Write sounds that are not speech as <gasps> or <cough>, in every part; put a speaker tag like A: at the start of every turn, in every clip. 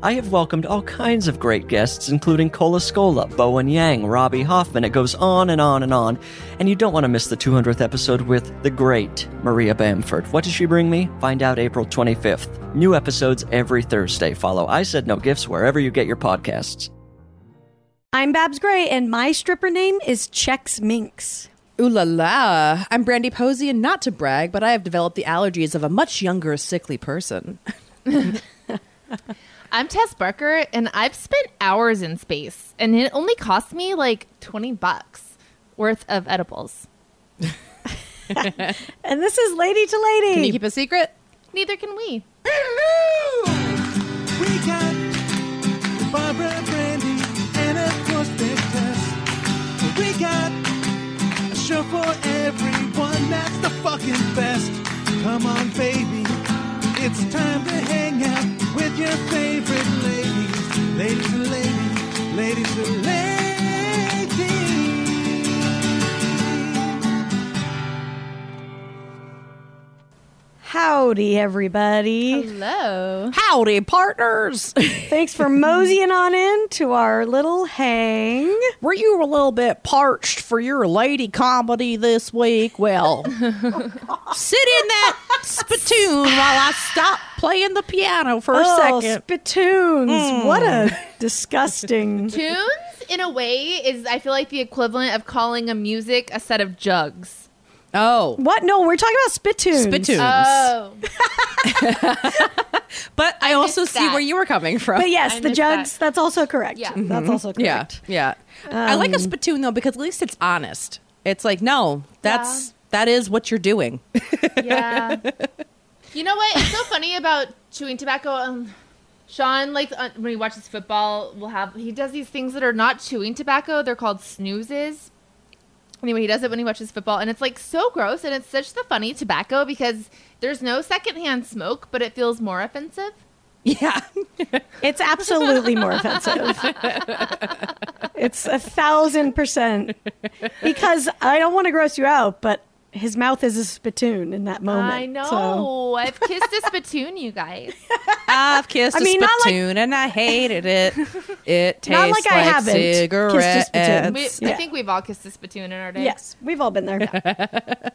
A: I have welcomed all kinds of great guests, including Cola Scola, Bowen Yang, Robbie Hoffman. It goes on and on and on. And you don't want to miss the 200th episode with the great Maria Bamford. What does she bring me? Find out April 25th. New episodes every Thursday. Follow I Said No Gifts wherever you get your podcasts.
B: I'm Babs Gray, and my stripper name is Chex Minx.
C: Ooh la la. I'm Brandy Posey, and not to brag, but I have developed the allergies of a much younger, sickly person. <laughs>
D: I'm Tess Barker, and I've spent hours in space, and it only cost me like 20 bucks worth of edibles.
B: And this is Lady to Lady.
C: Can you keep a secret?
D: Neither can we.
E: We got Barbara Brandy and of course there's Tess. We got a show for everyone that's the fucking best. Come on, baby, it's time to hang out with your favorite ladies, ladies and ladies, ladies and ladies.
B: Howdy, everybody.
D: Hello.
C: Howdy, partners.
B: Thanks for moseying on in to our little hang.
C: Were you a little bit parched for your lady comedy this week? Well, sit in that spittoon while I stop playing the piano for
B: oh,
C: a second. Mm.
B: spittoons. What a
C: <laughs>
B: disgusting.
D: Tunes, in a way, is I feel like the equivalent of calling a music a set of jugs.
C: Oh,
B: What? No, we're talking about spittoons.
C: spittoons.
D: Oh,
C: but I also
D: missed
C: see
D: that.
C: where you were coming from.
B: But yes,
D: I
B: the
D: missed
B: jugs,
D: that.
B: that's also correct.
D: Yeah.
B: That's also
C: Yeah,
B: correct. Um,
C: yeah. I like a spittoon though because at least it's honest. It's like no, that's that is what you're doing. <laughs>
D: yeah. you know what? It's so funny about chewing tobacco. Um, Sean, like uh, when he watches football, will have he does these things that are not chewing tobacco. They're called snoozes. Anyway, he does it when he watches football, and it's like so gross. And it's such the funny tobacco because there's no secondhand smoke, but it feels more offensive.
C: Yeah,
B: It's absolutely more offensive. it's a thousand percent. Because I don't want to gross you out, but his mouth is a spittoon in that moment.
D: I know.
B: Oh so-
D: I've kissed a spittoon, you
B: <laughs>
D: guys.
C: I've kissed
B: I mean,
C: a
B: not like-
C: spittoon and I hated
B: <laughs>
C: it. It tastes
B: Not like I haven't kissed a
C: cigarettes.
B: spittoon.
D: We,
B: Yeah.
D: I think we've all kissed a spittoon in our day.
B: Yes, we've all been there.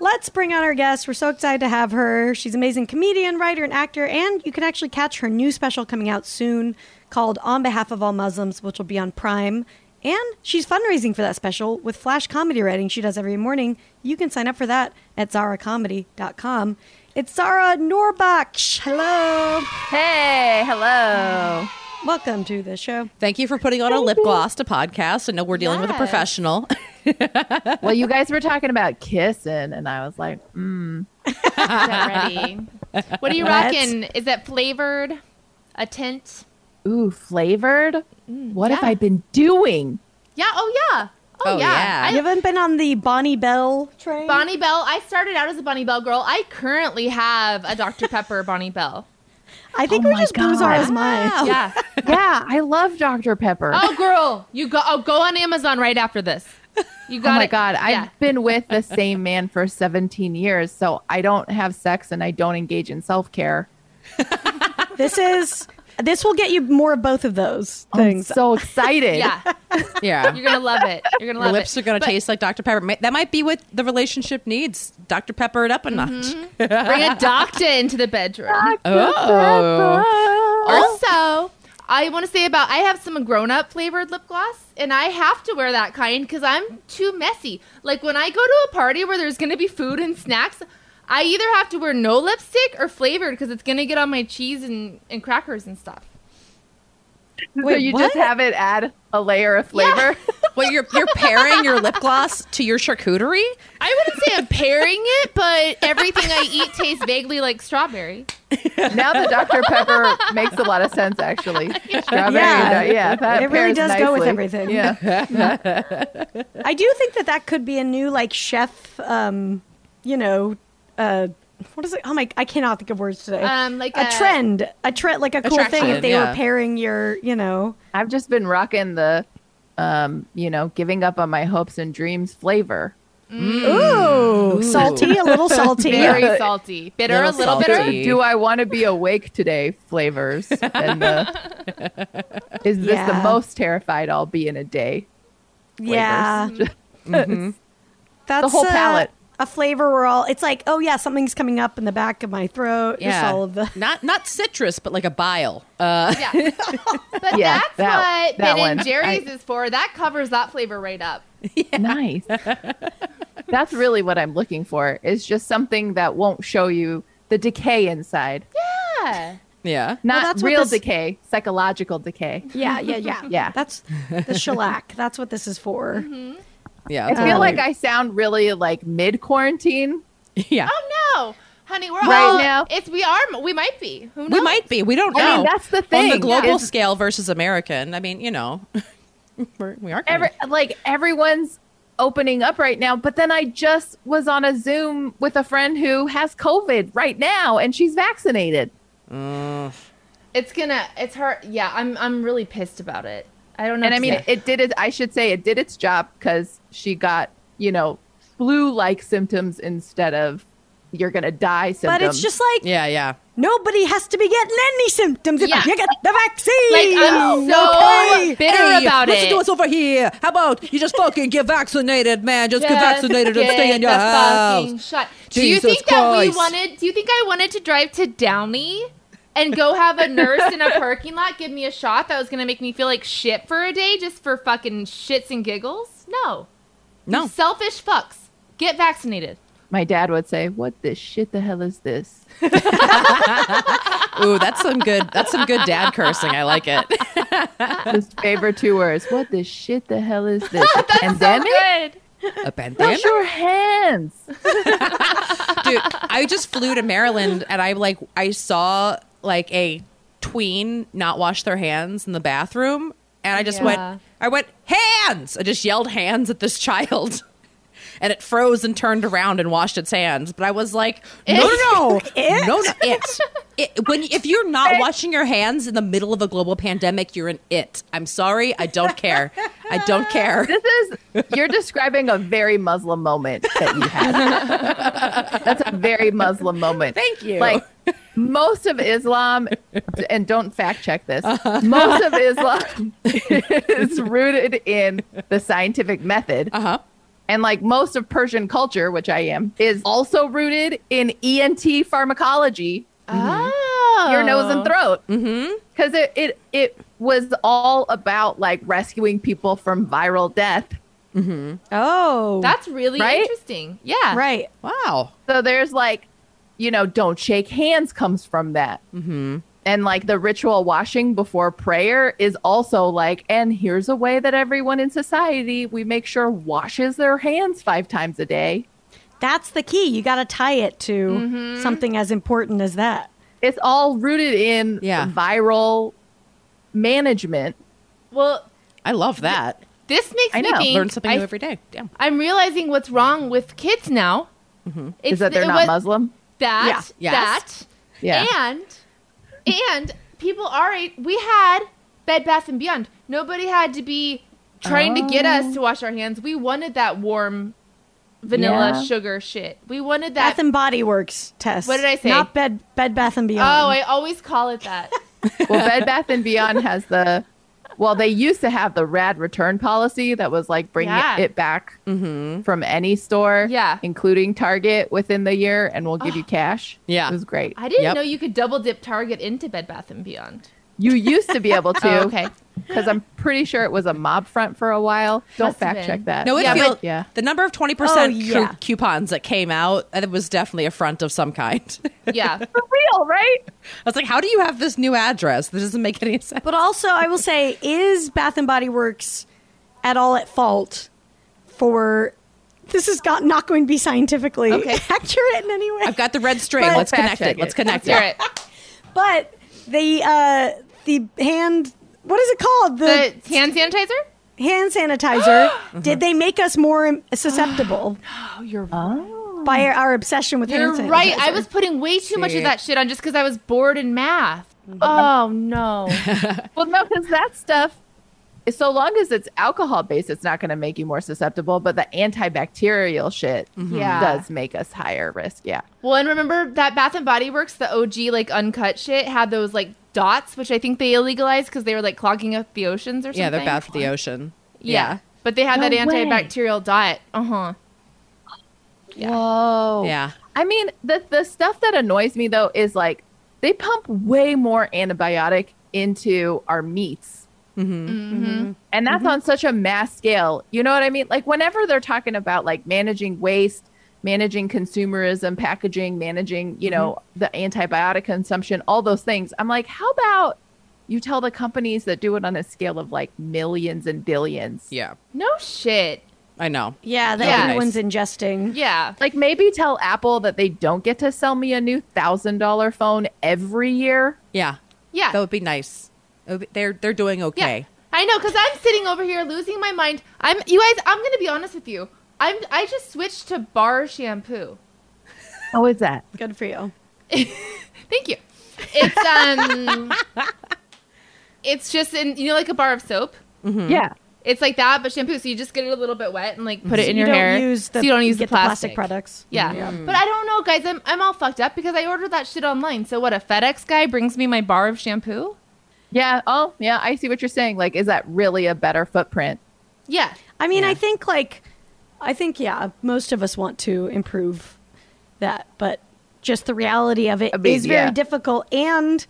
B: Let's bring on our guest. We're so excited to have her. She's an amazing comedian, writer, and actor, and you can actually catch her new special coming out soon called On Behalf of All Muslims, which will be on Prime. And she's fundraising for that special with flash comedy writing she does every morning. You can sign up for that at zaracomedy.com. It's Zara Norbach. Hello.
D: Hey, hello.
B: Welcome to the show.
C: Thank you for putting on a lip gloss to podcast. I know we're dealing with a
D: Yes.
B: <laughs>
C: professional.
F: Well, you guys were talking about kissing, and I was like,
D: Get
B: <laughs>
D: ready. What are you
B: What?
D: rocking? Is that flavored? A tint?
F: "Ooh, flavored. what have
D: Mm, yeah.
F: I been
D: <laughs>
F: doing?"
D: Yeah. Oh yeah. Oh,
C: Oh,
D: yeah.
C: yeah.
B: You
D: I,
B: haven't been on the Bonnie Bell train?
D: Bonnie Bell. I started out as a Bonnie Bell girl. I currently have a Dr Pepper Bonnie Bell.
B: I think
F: Oh
B: we
F: my
B: just blew
F: God.
B: Zara's mind.
D: Yeah.
F: yeah, I love Dr. Pepper.
D: oh girl, you go. Oh, go on Amazon right after this. You got
F: oh my
D: it.
F: god,
D: Yeah.
F: I've been with
D: <laughs>
F: the same man for 17 years, so I don't have sex and I don't engage in self care.
B: this is this will get you more of both of those
F: I'm
B: things.
F: so excited. <laughs>
D: Yeah.
C: yeah,
D: You're gonna love it. You're gonna
C: your
D: love
C: lips
D: it.
C: are gonna
D: But
C: taste like Dr Pepper. Ma- That might be what the relationship needs. Dr Pepper it up a
B: Mm-hmm.
C: notch.
D: Bring
F: <laughs>
D: a doctor into the bedroom.
C: Oh,
D: Also, I want to say about I have some grown-up flavored lip gloss, and I have to wear that kind because I'm too messy. Like when I go to a party where there's gonna be food and snacks, I either have to wear no lipstick or flavored because it's gonna get on my cheese and, and crackers and stuff.
F: so you just have it add a layer of flavor.
D: <laughs>
C: well, you're you're pairing your lip gloss to your charcuterie.
D: I wouldn't say I'm pairing it, but everything I eat tastes vaguely like strawberry.
F: now the Dr. Pepper makes a lot of sense,
D: <laughs>
F: actually. Strawberry, yeah,
B: Yeah.
F: yeah that
B: It really
F: pairs
B: does go with
F: nicely.
B: everything. <laughs>
F: Yeah.
B: I do think that that could be a new like chef, um, you know, uh, what is it? Oh my, I cannot think of words today.
D: Um, like
B: a,
D: a-
B: trend, a trend, like a cool thing. If
D: Attraction,
B: they
F: yeah.
B: were pairing your, you know,
F: I've just been rocking the, um, you know, giving up on my hopes and dreams flavor.
B: ooh, salty, a little salty.
D: Very
F: Yeah.
D: salty. Bitter,
C: Little
D: a little bitter.
C: salty.
F: Do I want to be awake today? Flavors and the
B: <laughs>
F: is this
B: Yeah.
F: the most terrified I'll be in a day?
D: <laughs>
B: yeah, Mm-hmm. that's
F: The whole
B: uh,
F: palette.
B: A flavor we're all. It's like, oh yeah, something's coming up in the back of my throat. Just all of the.
C: <laughs> not not citrus, but like a bile. Uh,
F: <laughs>
D: Yeah. But
F: Yeah,
D: that's
F: that- that
D: what Ben and
F: one.
D: Jerry's
F: I-
D: is for. That covers that flavor right up.
B: <laughs>
F: Nice. That's really what I'm looking for. Is just something that won't show you the decay inside.
D: Yeah.
C: yeah.
F: Not
B: that's what
F: real
B: this-
F: decay, psychological decay.
B: <laughs> Yeah, yeah, <laughs> yeah,
F: Yeah.
B: That's the shellac. That's what this is for.
C: Yeah.
F: I
B: Oh.
F: feel
C: totally.
F: like I sound really like mid quarantine.
C: yeah.
D: Oh no, honey, we're
F: Right
D: all,
F: now-
D: It's we are. We might be. Who knows?
C: We might be. We don't know.
F: I mean, that's the
C: On the
F: thing,
C: global
F: is-
C: scale versus American, I mean, you know, <laughs> we're, we are.
F: Every,
C: Every-
F: like everyone's opening up right now, but then I just was on a Zoom with a friend who has COVID right now and she's vaccinated.
D: It's gonna. It's her. Yeah, I'm. I'm really pissed about it. I don't know.
F: And I mean,
D: Yeah.
F: it did it. I should say it did its job because she got, you know, flu like symptoms instead of you're going to die symptoms.
B: But it's just like
C: yeah, yeah.
B: nobody has to be getting any symptoms if
D: Yeah.
B: you get the vaccine.
D: Like, I'm so bitter about it.
C: over here. How about you just fucking get vaccinated, man? Just
D: Just get the fucking shot. Do you
C: Jesus
D: think that we
C: Christ.
D: wanted? Do you think I wanted to drive to Downey and go have a nurse in a parking lot give me a shot that was gonna make me feel like shit for a day just for fucking shits and giggles? No.
C: No.
D: Selfish fucks. Get vaccinated.
F: my dad would say, What the shit the hell is this?
C: Ooh, that's some good. That's some good dad cursing. I like it.
F: His favorite two words, What the shit the hell is
D: <laughs>
F: this? A pandemic?
D: Good.
C: A pandemic.
F: Wash your hands.
C: Dude, I just flew to Maryland and I like I saw like a tween not wash their hands in the bathroom and I just
D: Yeah.
C: went I went hands. I just yelled hands at this child. <laughs> And it froze and turned around and washed its hands. But I was like, no, no, no,
B: It?
C: no, no, it. it. When if you're not washing your hands in the middle of a global pandemic, you're an it. I'm sorry, I don't care. I don't care.
F: This is you're describing a very Muslim moment that you had. That's a very Muslim moment.
C: Thank you.
F: Like most of Islam, and don't fact check this. Most of Islam <laughs> is rooted in the scientific method.
C: Uh huh.
F: And like most of Persian culture, which I am, is also rooted in ENT pharmacology,
C: Mm-hmm.
D: Oh.
F: your nose and throat. Because it, it it was all about like rescuing people from viral death.
B: Oh,
D: That's really
F: Right?
D: interesting. Yeah.
B: right.
C: Wow.
F: So there's like, you know, don't shake hands comes from that. Mm-hmm. And like the ritual washing before prayer is also like, and here's a way that everyone in society we make sure washes their hands five times a day.
B: That's the key. You got to tie it to something as important as that.
F: It's all rooted in
C: Yeah.
F: viral management.
D: Well,
C: I love that.
D: this makes
F: I
D: me
F: know.
D: think.
C: Learn something new
D: I-
C: every day. Damn.
D: I'm realizing what's wrong with kids now. It's
F: Is that they're
D: the-
F: not
D: what-
F: Muslim?
D: That,
C: Yeah. Yes.
D: that,
F: Yeah.
D: and and people are. We had Bed Bath and Beyond. Nobody had to be trying to get us to wash our hands. We wanted that warm vanilla
F: Yeah.
D: sugar shit. We wanted that.
B: Bath and Body Works test.
D: What did I say?
B: Not Bed Bed Bath and
D: oh,
B: Beyond.
D: I always call it that.
F: well, Bed Bath and Beyond has the well, they used to have the rad return policy that was like bringing
D: Yeah. Mm-hmm.
F: it back from any store,
D: Yeah. Oh.
F: including Target within the year, and we'll give you cash.
C: Yeah.
F: it was great.
D: I didn't
C: Yep.
D: know you could double dip Target into Bed Bath and Beyond.
F: you used to be able to,
D: <laughs> Oh, okay.
F: because I'm pretty sure it was a mob front for a while. Don't
D: Must have
F: fact check
D: been.
F: that.
C: No, it
D: Yeah,
C: feels
F: but- yeah.
C: the number of twenty
B: Oh,
C: percent
B: yeah.
C: coupons that came out. It was definitely a front of some kind. <laughs> I
D: Yeah.
F: for real, right?
C: was like, "How do you have this new address? This doesn't make any sense."
B: But also, I will say, is Bath and Body Works at all at fault for this is got, not going to be scientifically
D: Okay.
B: <laughs> accurate in any way?
C: I've got the red string.
B: But-
C: Let's connect
F: Fact
C: it.
F: check
C: Let's
F: it.
C: connect
D: Hear
C: it.
D: it.
B: but the uh, the hand what is it called
D: The hand sanitizer? <gasps>
B: hand sanitizer did they make us more im- susceptible
D: Oh, Mm-hmm. you're
F: Oh,
B: by our, our obsession with
D: You're
B: Hanson.
D: right. I was putting way too much
C: See.
D: of that shit on just because I was bored in math. Oh no.
F: <laughs> Well, no, because that stuff, so long as it's alcohol based, it's not going to make you more susceptible. But the antibacterial shit
D: Mm-hmm. Yeah.
F: does make us higher risk. Yeah.
D: Well, and remember that Bath and Body Works, the OG like uncut shit, had those like dots, which I think they illegalized because they were like clogging up the oceans or something.
C: Yeah, they're bad for the ocean.
D: Yeah. But they had
F: No
D: that
F: way.
D: antibacterial dot. Uh huh.
F: Whoa.
C: Yeah.
F: I mean, the the stuff that annoys me though is like they pump way more antibiotic into our meats. Mm-hmm. And that's on such a mass scale. You know what I mean? Like whenever they're talking about like managing waste, managing consumerism, packaging, managing, you know, the antibiotic consumption, all those things. I'm like, how about you tell the companies that do it on a scale of like millions and billions?
C: Yeah.
D: No shit.
C: I know.
B: Yeah, that
D: Yeah.
B: everyone's ingesting.
D: Yeah.
F: Like maybe tell Apple that they don't get to sell me a new $1000 phone every year.
C: Yeah.
D: Yeah.
C: That would be nice. It would be- they're they're doing okay.
D: I know, because I'm sitting over here losing my mind. I'm you guys. I'm gonna be honest with you. I'm I just switched to bar shampoo.
F: Oh, is that?
B: Good for you.
D: Thank you. It's um, it's just in you know like a bar of soap.
F: Yeah.
D: It's like that, but shampoo. So you just get it a little bit wet and like put it in
B: you
D: your
B: don't
D: hair.
B: Use the,
D: so you don't use
B: get
D: the plastic,
B: products.
D: Yeah. But I don't know, guys. I'm I'm all fucked up because I ordered that shit online. So what? A FedEx guy brings me my bar of shampoo.
F: Yeah. Oh, yeah. I see what you're saying. Like, is that really a better footprint?
D: Yeah.
B: I mean, I think like, I think yeah, most of us want to improve that, but just the reality of it is
F: I mean,
B: very
F: yeah.
B: difficult, and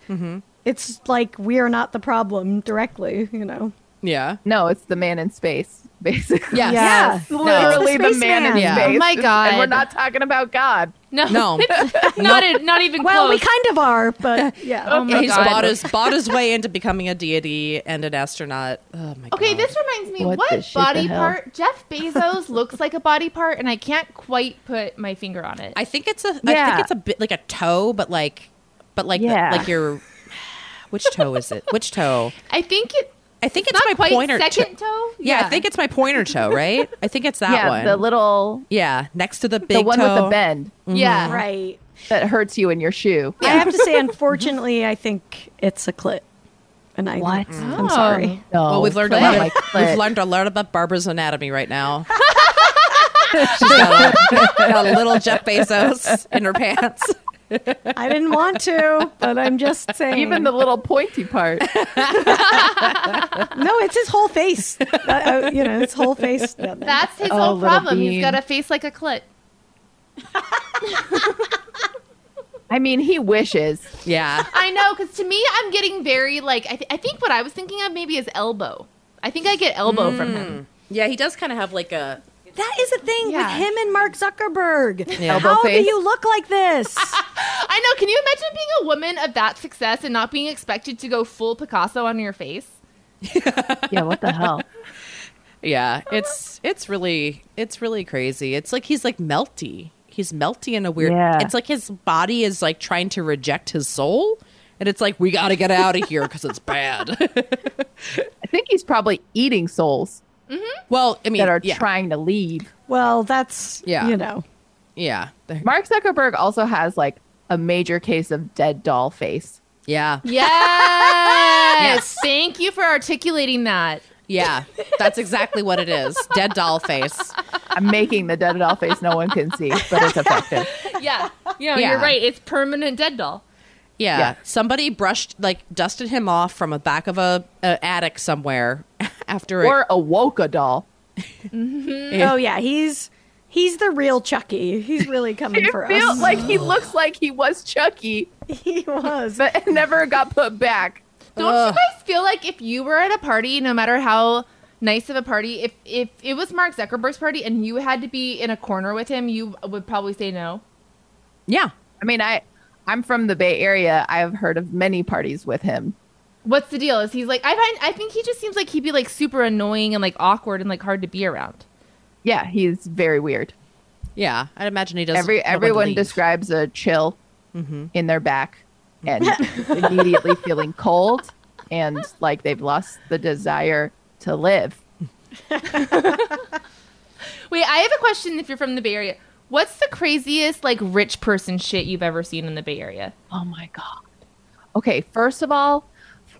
B: it's like we are not the problem directly. You know.
C: Yeah.
F: No, it's the man in space, <laughs> basically.
C: Yes.
B: Yeah. Well, it's
F: Literally the, man in
B: spaceman.
C: Yeah.
F: space.
D: Oh my
F: And we're
D: God.
F: not talking about God.
D: No.
C: No.
D: <laughs> not e- not even
B: Well,
D: close.
B: we kind of are, <laughs> but yeah.
D: Oh my
C: He's
D: God.
C: bought his bought his way into becoming a deity and an astronaut. Oh my god.
D: Okay, this reminds me.
F: What
D: What,
F: the shit the
D: body
F: hell?
D: part? Jeff Bezos looks like a body part, and I can't quite put my finger on it.
C: I think it's a. I
F: Yeah.
C: think it's a bit like a toe, but like, but like, the-
F: Yeah.
C: like your. Which toe is it? Which toe?
D: I think it.
C: I think it's,
D: Not
C: my
D: quite
C: pointer
D: second
C: toe.
D: toe.
C: Yeah, I think it's my pointer toe, right? I think it's that
F: yeah.
C: one.
F: The little,
C: yeah, next to the big
F: the one
C: toe.
F: with the bend
D: Oh,
C: Mm.
D: Yeah.
B: Right.
F: that hurts you in your shoe.
B: I have to say, unfortunately, I think it's a clit, and I Mm,
F: What?
B: I'm sorry.
F: No.
C: Well, we've learned a
F: Oh,
C: lot.
F: clit. My
C: we've
F: clit.
C: learned a lot about Barbara's anatomy right
F: <laughs>
C: now. She's got a, got a little Jeff Bezos in her
F: <laughs>
C: pants.
B: I didn't want to, but I'm just saying.
F: Even the little
C: <laughs>
F: pointy part.
B: no, it's his whole face. That- uh, you know, his whole face. down there.
D: That's his
F: Oh,
D: whole
F: little
D: problem.
F: bean.
D: He's got a face like a clit.
F: I mean, he wishes.
C: Yeah.
D: I know, because to me, I'm getting very like. I, th- I think what I was thinking of maybe is elbow. I think I get elbow from him.
C: Yeah, he does kind of have like a
B: That is a thing
D: Yeah.
B: with him and Mark <laughs> Zuckerberg.
C: Yeah.
F: Elbow
B: How
F: face.
B: do you look like this?
D: I know. Can you imagine being a woman of that success and not being expected to go full Picasso on your face?
F: Yeah. What the hell?
C: Yeah, it's it's really it's really crazy. It's like he's like melty. He's melty in a weird.
F: Yeah.
C: It's like his body is like trying to reject his soul, and it's like we got to get out of here because it's bad. <laughs>
F: I think he's probably eating souls
C: well, I mean,
F: that are
C: yeah,
F: trying to leave.
B: well, that's
C: Yeah.
B: you know.
C: yeah, They're-
F: Mark Zuckerberg also has like a major case of dead doll face.
C: yeah,
D: Yes. Thank you for articulating that.
C: yeah. That's exactly what it is. Dead doll face.
F: I'm making the dead doll face no one can see, but it's effective.
D: Yeah. Yeah,
C: Yeah.
D: you're right. It's permanent dead doll.
C: Yeah.
F: Yeah.
C: somebody brushed like dusted him off from a back of a, a attic somewhere <laughs> after it.
F: Or a woke doll.
B: Oh yeah, he's he's the real Chucky. He's <laughs> really coming
F: It
B: for
F: feels
B: us.
F: like he looks like he was Chucky,
B: <laughs> he was.
F: but
D: <laughs>
F: it never got put back.
D: Don't
C: Ugh.
D: you guys feel like if you were at a party, no matter how nice of a party, if if it was Mark Zuckerberg's party and you had to be in a corner with him, you would probably say no.
C: yeah,
F: I mean, I I'm from the Bay Area. I have heard of many parties with him.
D: What's the deal? Is he's like I find I think he just seems like he'd be like super annoying and like awkward and like hard to be around.
F: Yeah, he's very weird.
C: yeah. I'd imagine he does.
F: Every everyone describes a chill in their back and immediately feeling cold and like they've lost the desire to live.
D: Wait, I have a question. If you're from the Bay Area, What's the craziest like rich person shit you've ever seen in the Bay Area?
F: Oh my god. Okay, first of all,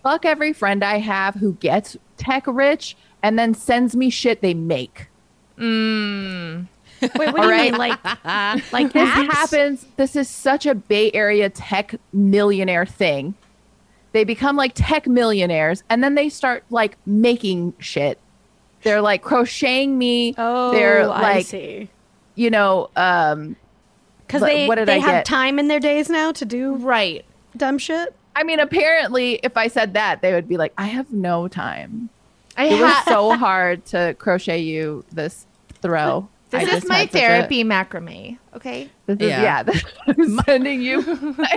F: fuck every friend I have who gets tech rich and then sends me shit they make.
B: Wait, what do you mean? Like, like
F: This
B: apps?
F: happens. This is such a Bay Area tech millionaire thing. They become like tech millionaires and then they start like making shit. They're like crocheting me.
B: Oh,
F: They're
B: I
F: like,
B: see.
F: you know, um,
B: Because
F: But
B: they,
F: what did
B: they
F: I
B: have
F: get?
B: time in their days now to <laughs> do
D: Right.
B: dumb shit.
F: I mean, apparently, if I said that, they would be like, I have no time.
D: I
F: It was
D: ha-
F: so hard to crochet you this throw. I
D: This
F: just
D: is my
F: had such a-
D: therapy macrame. Okay.
F: this is-
C: Yeah.
F: yeah. <laughs> I'm sending
D: <laughs>
F: you.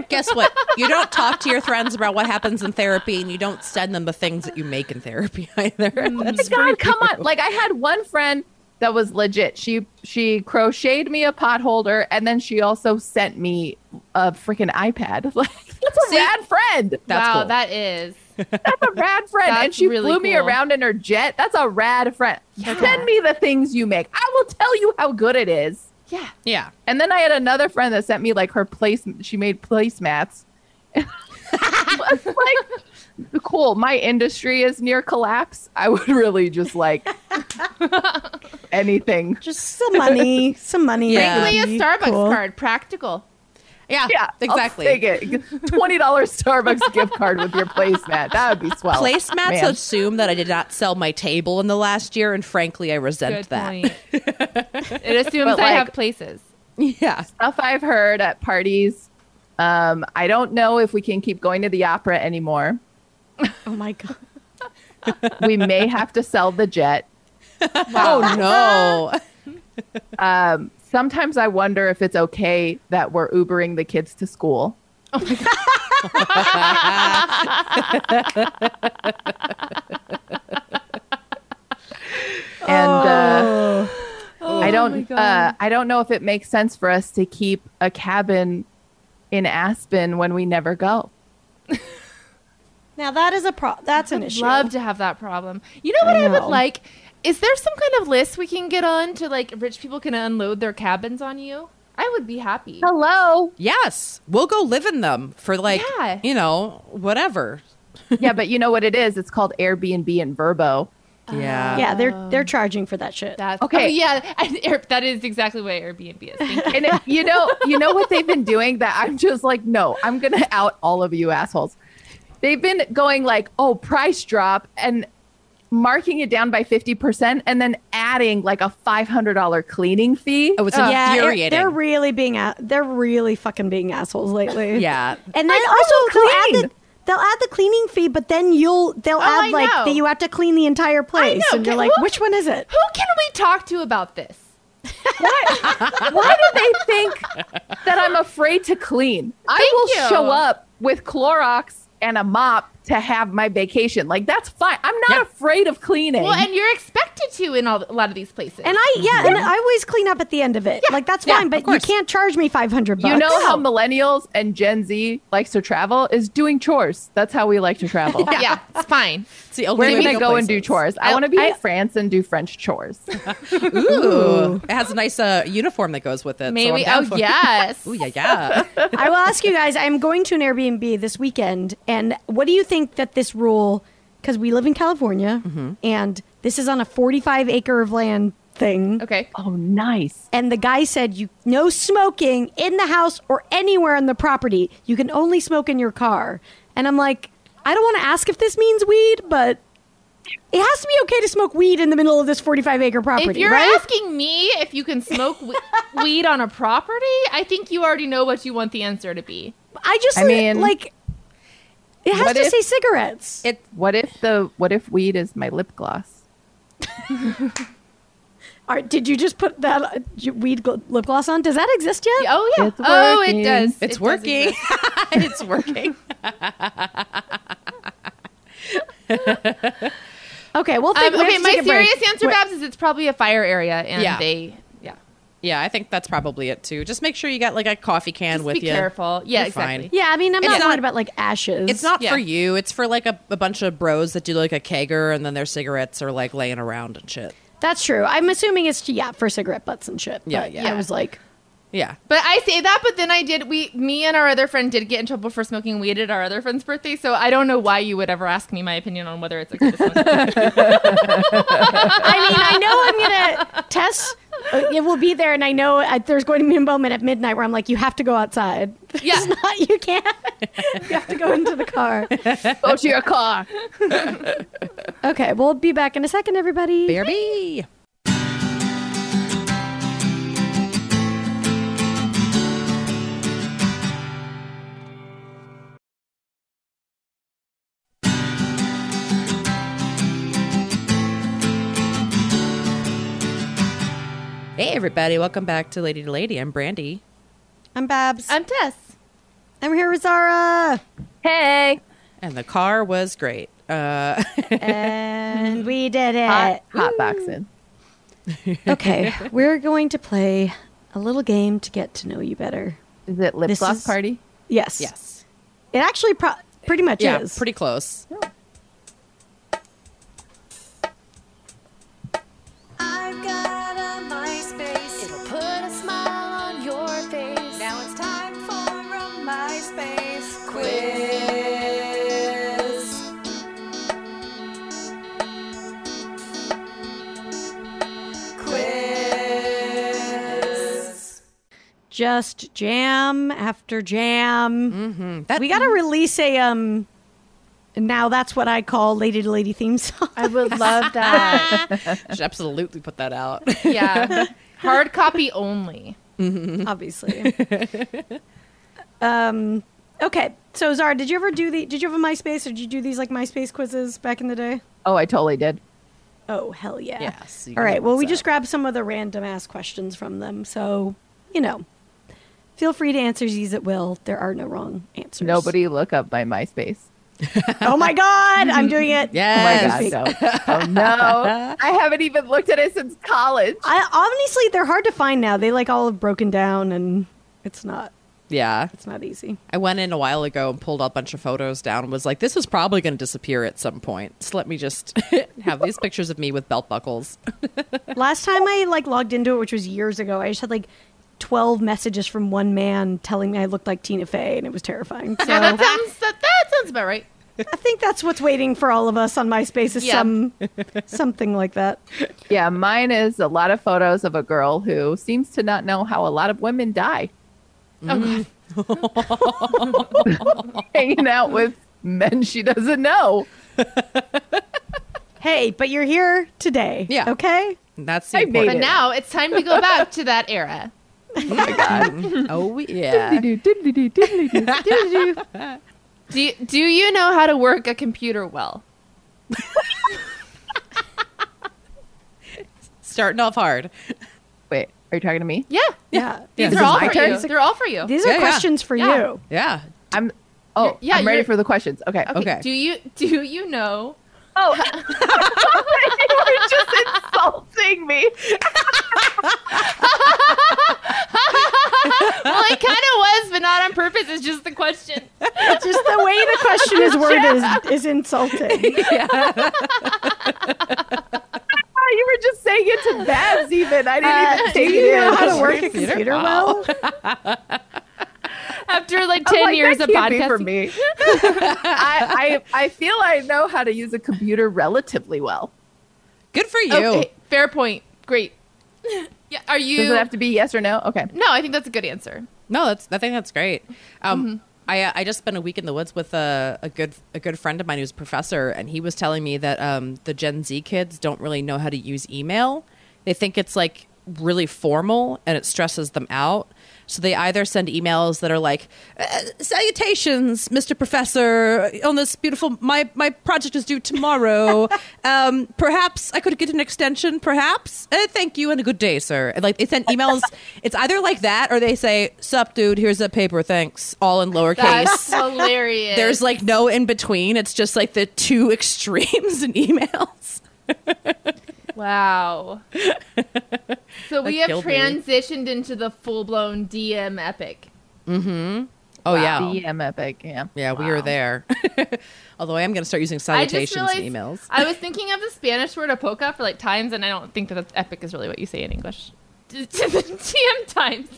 C: Guess what? You don't talk to your friends about what happens in therapy, and you don't send them the things that you make in therapy <laughs> either. That's
F: God, come on. Like I had one friend that was legit. She she crocheted me a potholder and then she also sent me a freaking iPad. <laughs> Like that's a
C: See?
F: rad friend.
C: That's
D: wow,
C: cool.
D: that is.
F: That's a rad friend. and
D: That's
F: she
D: really
F: flew me
D: cool.
F: around in her jet. That's a rad friend. Send me the things you make. I will tell you how good it is.
D: Yeah.
C: yeah.
F: And then I had another friend that sent me like her place. She made placemats. It's <laughs> like, cool. My industry is near collapse. I would really just like anything.
B: Just some <laughs> money, some money.
C: Yeah.
B: would
D: Play a
B: be
D: Starbucks
B: cool.
D: card. Practical.
C: Yeah.
F: Yeah, I'll
C: exactly.
F: take it. Twenty dollars Starbucks gift card with your placemat. That would be swell.
C: Placemats
F: Oh, Man.
C: assume that I did not sell my table in the last year, and frankly, I resent
D: Good
C: that.
D: <laughs> point. it assumes
F: But,
D: I
F: like-
D: have places.
C: <laughs> Yeah.
F: stuff I've heard at parties. Um, I don't know if we can keep going to the opera anymore.
B: Oh my god.
F: We may have to sell the jet.
C: <laughs> Oh no.
F: <laughs> Um, Sometimes I wonder if it's okay that we're Ubering the kids to school.
C: Oh
F: Oh my god. and uh,
C: Oh.
F: I don't uh, I don't know if it makes sense for us to keep a cabin in Aspen when we never go.
B: Now that is a pro. That's an
D: I'd
B: issue.
D: love to have that problem. You know what I, would like? Is there some kind of list we can get on to like rich people can unload their cabins on you? I would be happy.
F: Hello.
C: yes. We'll go live in them for like
D: Yeah.
C: you know whatever.
F: yeah, but you know what it is? It's called Airbnb in Verbo.
C: Yeah.
B: yeah, they're they're charging for that shit.
D: That's
F: Okay.
D: Oh, yeah, <laughs> and Air- that is exactly what Airbnb is. Thank you. <laughs>
F: And it- you know, you know what they've been doing that I'm just like, no, I'm going to out all of you assholes. They've been going like, "Oh, price drop" and marking it down by 50% and then adding like a $500 cleaning fee.
C: Oh, it's
B: yeah, they're-
C: infuriating.
B: they're really being a- they're really fucking being assholes lately.
C: yeah.
B: and then
F: Like, I
B: also
F: will
B: they'll add the
F: clean.
B: they'll add the cleaning fee, but then you'll they'll add
D: I
B: like
D: know.
B: that you have to clean the entire place,
D: know,
B: and you're
D: can-
B: like,
D: who-
B: which one is it?
D: Who can we talk to about this?
F: Why do they think that I'm afraid to clean? I
D: Thank
F: will
D: you.
F: show up with Clorox and a mop to have my vacation. Like that's fine. I'm not afraid of cleaning.
D: Well, and you're expected to in all, a lot of these places.
B: And I yeah, and I always clean up at the end of it. like that's
C: Yeah,
B: fine,
C: of
B: but you
C: course.
B: can't charge me five hundred bucks.
F: you know how millennials and Gen Z likes to travel is doing chores. That's how we like to travel.
D: yeah. it's fine.
C: <laughs> It's the only
F: We're
C: way
F: gonna go and do
C: places.
F: chores. I,
D: I-
F: want to be
D: I-
F: in France and do French chores.
C: Ooh. It has a nice uh, uniform that goes with it. so I'm
D: Maybe.
C: down
D: oh
C: for- <laughs>
D: yes.
C: Ooh, yeah, yeah.
B: I will ask you guys. I'm going to an Airbnb this weekend, and what do you think that this rule? Because we live in California, and this is on a 45 acre of land thing.
D: Okay.
F: oh, nice.
B: and the guy said you no smoking in the house or anywhere on the property. You can only smoke in your car. And I'm like, I don't want to ask if this means weed, but it has to be okay to smoke weed in the middle of this 45 acre property,
D: If you're
B: right?
D: asking me if you can smoke we- weed on a property, I think you already know what you want the answer to be.
B: I just
F: I mean,
B: like it has
F: what
B: to
F: if-
B: say cigarettes.
C: It
F: What if the what if weed is my lip gloss?
B: All right, did you just put that uh, j- weed gl- lip gloss on? Does that exist yet?
D: Oh yeah.
F: It's
D: oh,
F: working.
D: it does. It
C: it's
D: does <laughs>
C: working.
D: exist. Um,
C: it's working.
B: Okay, well,
D: Um,
B: think, we
D: okay.
B: have to
D: My
B: take a break.
D: serious answer,
B: Wait.
D: Babs, is it's probably a fire area, and
C: Yeah.
D: they. Yeah.
C: Yeah, I think that's probably it too. Just make sure you got like a coffee can
D: Just
C: with
D: be
C: you.
D: careful. Yeah.
C: You're
D: exactly.
C: fine.
B: Yeah, I mean, I'm not,
C: not-
B: worried about like ashes.
C: It's not
D: Yeah.
C: for you. It's for like a, a bunch of bros that do like a kegger and then their cigarettes are like laying around and shit.
B: That's true. I'm assuming it's yeah for cigarette butts and shit.
C: Yeah,
B: but
C: yeah.
B: I was like,
C: Yeah.
D: But I say that, but then I did. We, me, and our other friend did get in trouble for smoking weed at our other friend's birthday. So I don't know why you would ever ask me my opinion on whether it's a good smoke.
B: I mean, I know I'm
C: <laughs>
B: gonna test. uh, It will be there, and I know uh, there's going to be a moment at midnight where I'm like, you have to go outside. <laughs>
D: Yeah.
B: It's not, you can't. you have to go into the car.
F: Go to your car.
B: Okay, we'll be back in a second, everybody.
C: BRB. Hey everybody, welcome back to Lady to Lady. I'm Brandy.
B: I'm Babs. I'm,
D: I'm Tess.
B: here with Zara,
F: Hey.
C: And the car was great. Uh <laughs>
B: and we did it.
F: Hot, hot boxing.
B: <laughs> Okay, we're going to play a little game to get to know you better.
F: Is it lip
B: This
F: gloss
B: is-
F: party?
B: Yes.
C: yes.
B: It actually pro- pretty much
C: Yeah,
B: is.
C: pretty close.
G: I've got a MySpace. It'll put a smile on your face. Now it's time for a MySpace quiz. Quiz.
B: Just jam after jam.
C: Mm-hmm. That-
B: we got to release a um. Now that's what I call lady to lady theme <laughs> song.
D: I would love that.
C: should absolutely put that out. <laughs>
D: <laughs> yeah. Hard copy only.
B: obviously. um. Okay, so Zara, did you ever do the? Did you have a MySpace or did you do these like MySpace quizzes back in the day?
F: Oh, I totally did.
B: Oh hell yeah!
C: Yes, you
B: All right.
C: can
B: Well, we
C: look
B: just
C: this
B: grabbed some of the random ass questions from them, so you know, feel free to answer these at will. There are no wrong answers.
F: Nobody look up my MySpace.
B: oh my god!
C: <laughs>
B: I'm doing it.
F: Oh
C: Yes.
F: my God, no. Oh, no. I haven't even looked at it since college.
B: I honestly, they're hard to find now. They like all have broken down, and it's not.
C: yeah.
B: It's not easy.
C: I went in a while ago and pulled a bunch of photos down and was like, this is probably going to disappear at some point. So let me just <laughs> have these pictures of me with belt buckles.
B: Last time I like logged into it, which was years ago, I just had like twelve messages from one man telling me I looked like Tina Fey, and it was terrifying. So
D: Yeah, that sounds that, that sounds about right.
B: I think that's what's waiting for all of us on MySpace is
D: Yeah.
B: some something like that.
F: Yeah, mine is a lot of photos of a girl who seems to not know how a lot of women die.
D: Oh,
B: Mm.
F: <laughs> Hanging out with men she doesn't
B: <laughs>
F: know.
B: Hey, but you're here today.
C: Yeah.
B: Okay.
C: And that's the
F: I made
D: But
C: important.
F: Yeah.
D: now it's time to go back to that era.
C: Oh, yeah.
D: <laughs> Do you, do you know how to work a computer well?
C: Starting off hard.
F: Wait, are you talking to me?
D: Yeah.
B: Yeah.
C: Yeah,
D: These
C: this
D: are
C: is
D: all
C: my
D: for
C: turn.
D: you. They're all for you.
B: These
C: Yeah,
B: are
C: yeah.
B: questions for
D: Yeah.
B: you.
C: Yeah.
F: I'm. Oh,
D: yeah,
F: I'm ready
D: you're-
F: for the questions. Okay. <laughs>
D: Okay.
C: Okay.
D: Do you do you know?
F: Oh, you were just insulting me.
D: Well, it kind of was, but not on purpose. It's just the question.
B: It's just the way the question is worded is, is insulting.
F: Oh, you were just saying it to Babs. Even I didn't even
B: Uh, Do
F: take
B: you
F: it.
B: know
F: in.
B: how to work a computer well?
D: After like
F: I'm
D: ten
F: like,
D: years
F: that
D: of
F: can't be
D: podcasting,
F: for
D: <laughs>
F: me. <laughs> I, I I feel I know how to use a computer relatively well.
C: Good for you.
D: Okay, fair point. Great. <laughs> Yeah, are
F: Does
D: you?
F: it have to be yes or no? Okay.
D: no, I think that's a good answer.
C: No, that's. I think that's great. Um,
D: Mm-hmm.
C: I uh, I just spent a week in the woods with a, a good a good friend of mine who's a professor, and he was telling me that um, the Gen Z kids don't really know how to use email. They think it's like really formal, and it stresses them out. So they either send emails that are like, uh, "Salutations, Mr. Professor, on this beautiful my my project is due
D: <laughs>
C: tomorrow. um, perhaps I could get an extension. Perhaps uh, thank you and a good day, sir." And, like they send emails.
D: <laughs>
C: it's either like that, or they say, "Sup, dude? Here's a paper. Thanks." All in
D: That's
C: lowercase.
D: <laughs> hilarious.
C: There's like no in between. It's just like the two <laughs> extremes in emails.
D: wow.
F: <laughs>
D: So we have
C: killed me.
D: transitioned into the full blown DM epic.
C: Oh yeah,
F: DM epic. Yeah.
C: yeah, we are there. <laughs> Although I am going to start using
D: I just
C: salutations
D: realized
C: in emails.
D: I was thinking of the Spanish word apoca for like times, and I don't think that that's epic is really what you say in English. <laughs> to the TM times.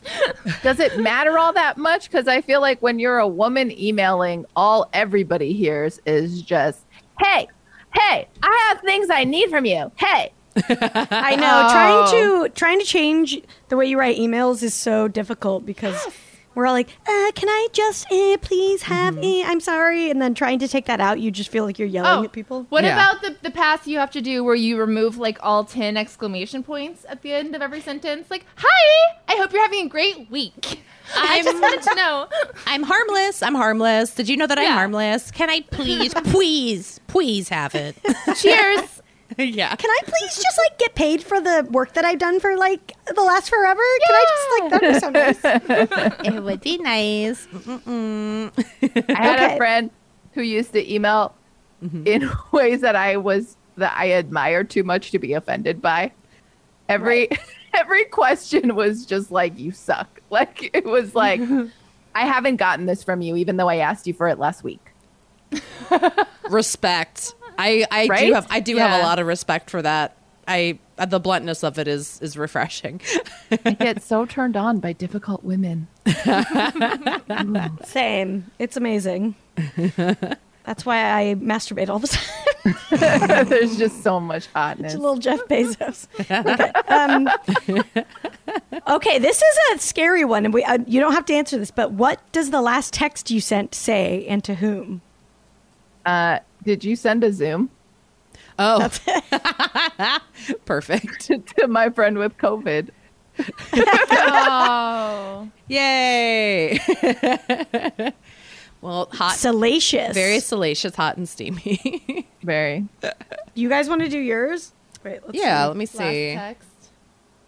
F: Does it matter all that much? Because I feel like when you're a woman emailing, all everybody hears is just, hey, hey, I have things I need from you. Hey.
B: I know. Trying to trying to change the way you write emails is so difficult because we're all like, uh, "Can I just uh, please have i I'm sorry," and then trying to take that out, you just feel like you're yelling at people.
D: What
C: Yeah.
D: about the, the pass you have to do where you remove like all 10 exclamation points at the end of every sentence? Like, hi, I hope you're having a great week. <laughs> i just wanted to know.
C: I'm harmless. I'm harmless. Did you know that I'm
D: Yeah.
C: harmless? Can I please, <laughs> please, please have it?
D: Cheers.
C: <laughs> yeah.
B: Can I please just like get paid for the work that I've done for like the last forever? Can I just like that was so nice.
C: It would be nice.
F: I had
B: Okay.
F: a friend who used to email in <laughs> ways that I was that I admired too much to be offended by. Every <laughs> every question was just like you suck. <laughs> Like it was like I haven't gotten this from you even though I asked you for it last week.
C: Respect. I I do
F: Right?
C: have I do have a
D: Yeah.
C: lot of respect for that. I uh, the bluntness of it is is <laughs> refreshing.
F: I get so turned on by difficult women.
B: Same. It's amazing. That's why I masturbate all the time.
F: <laughs> There's just so much hotness.
B: to little Jeff
C: <laughs>
B: Bezos. Okay, um, okay, this is a scary one, and we uh, you don't have to answer this. But what does the last text you sent say, and to whom?
F: Uh, did you send a Zoom <laughs>
C: Oh, <laughs> perfect!
F: to, to my friend with COVID? <laughs>
D: oh.
C: Yay! <laughs> well, hot,
B: Salacious.
C: very salacious, hot and steamy. <laughs>
F: Very.
B: You guys want to do yours? Wait. Let's
C: yeah,
B: see.
C: let me
D: Last
C: see.
D: text.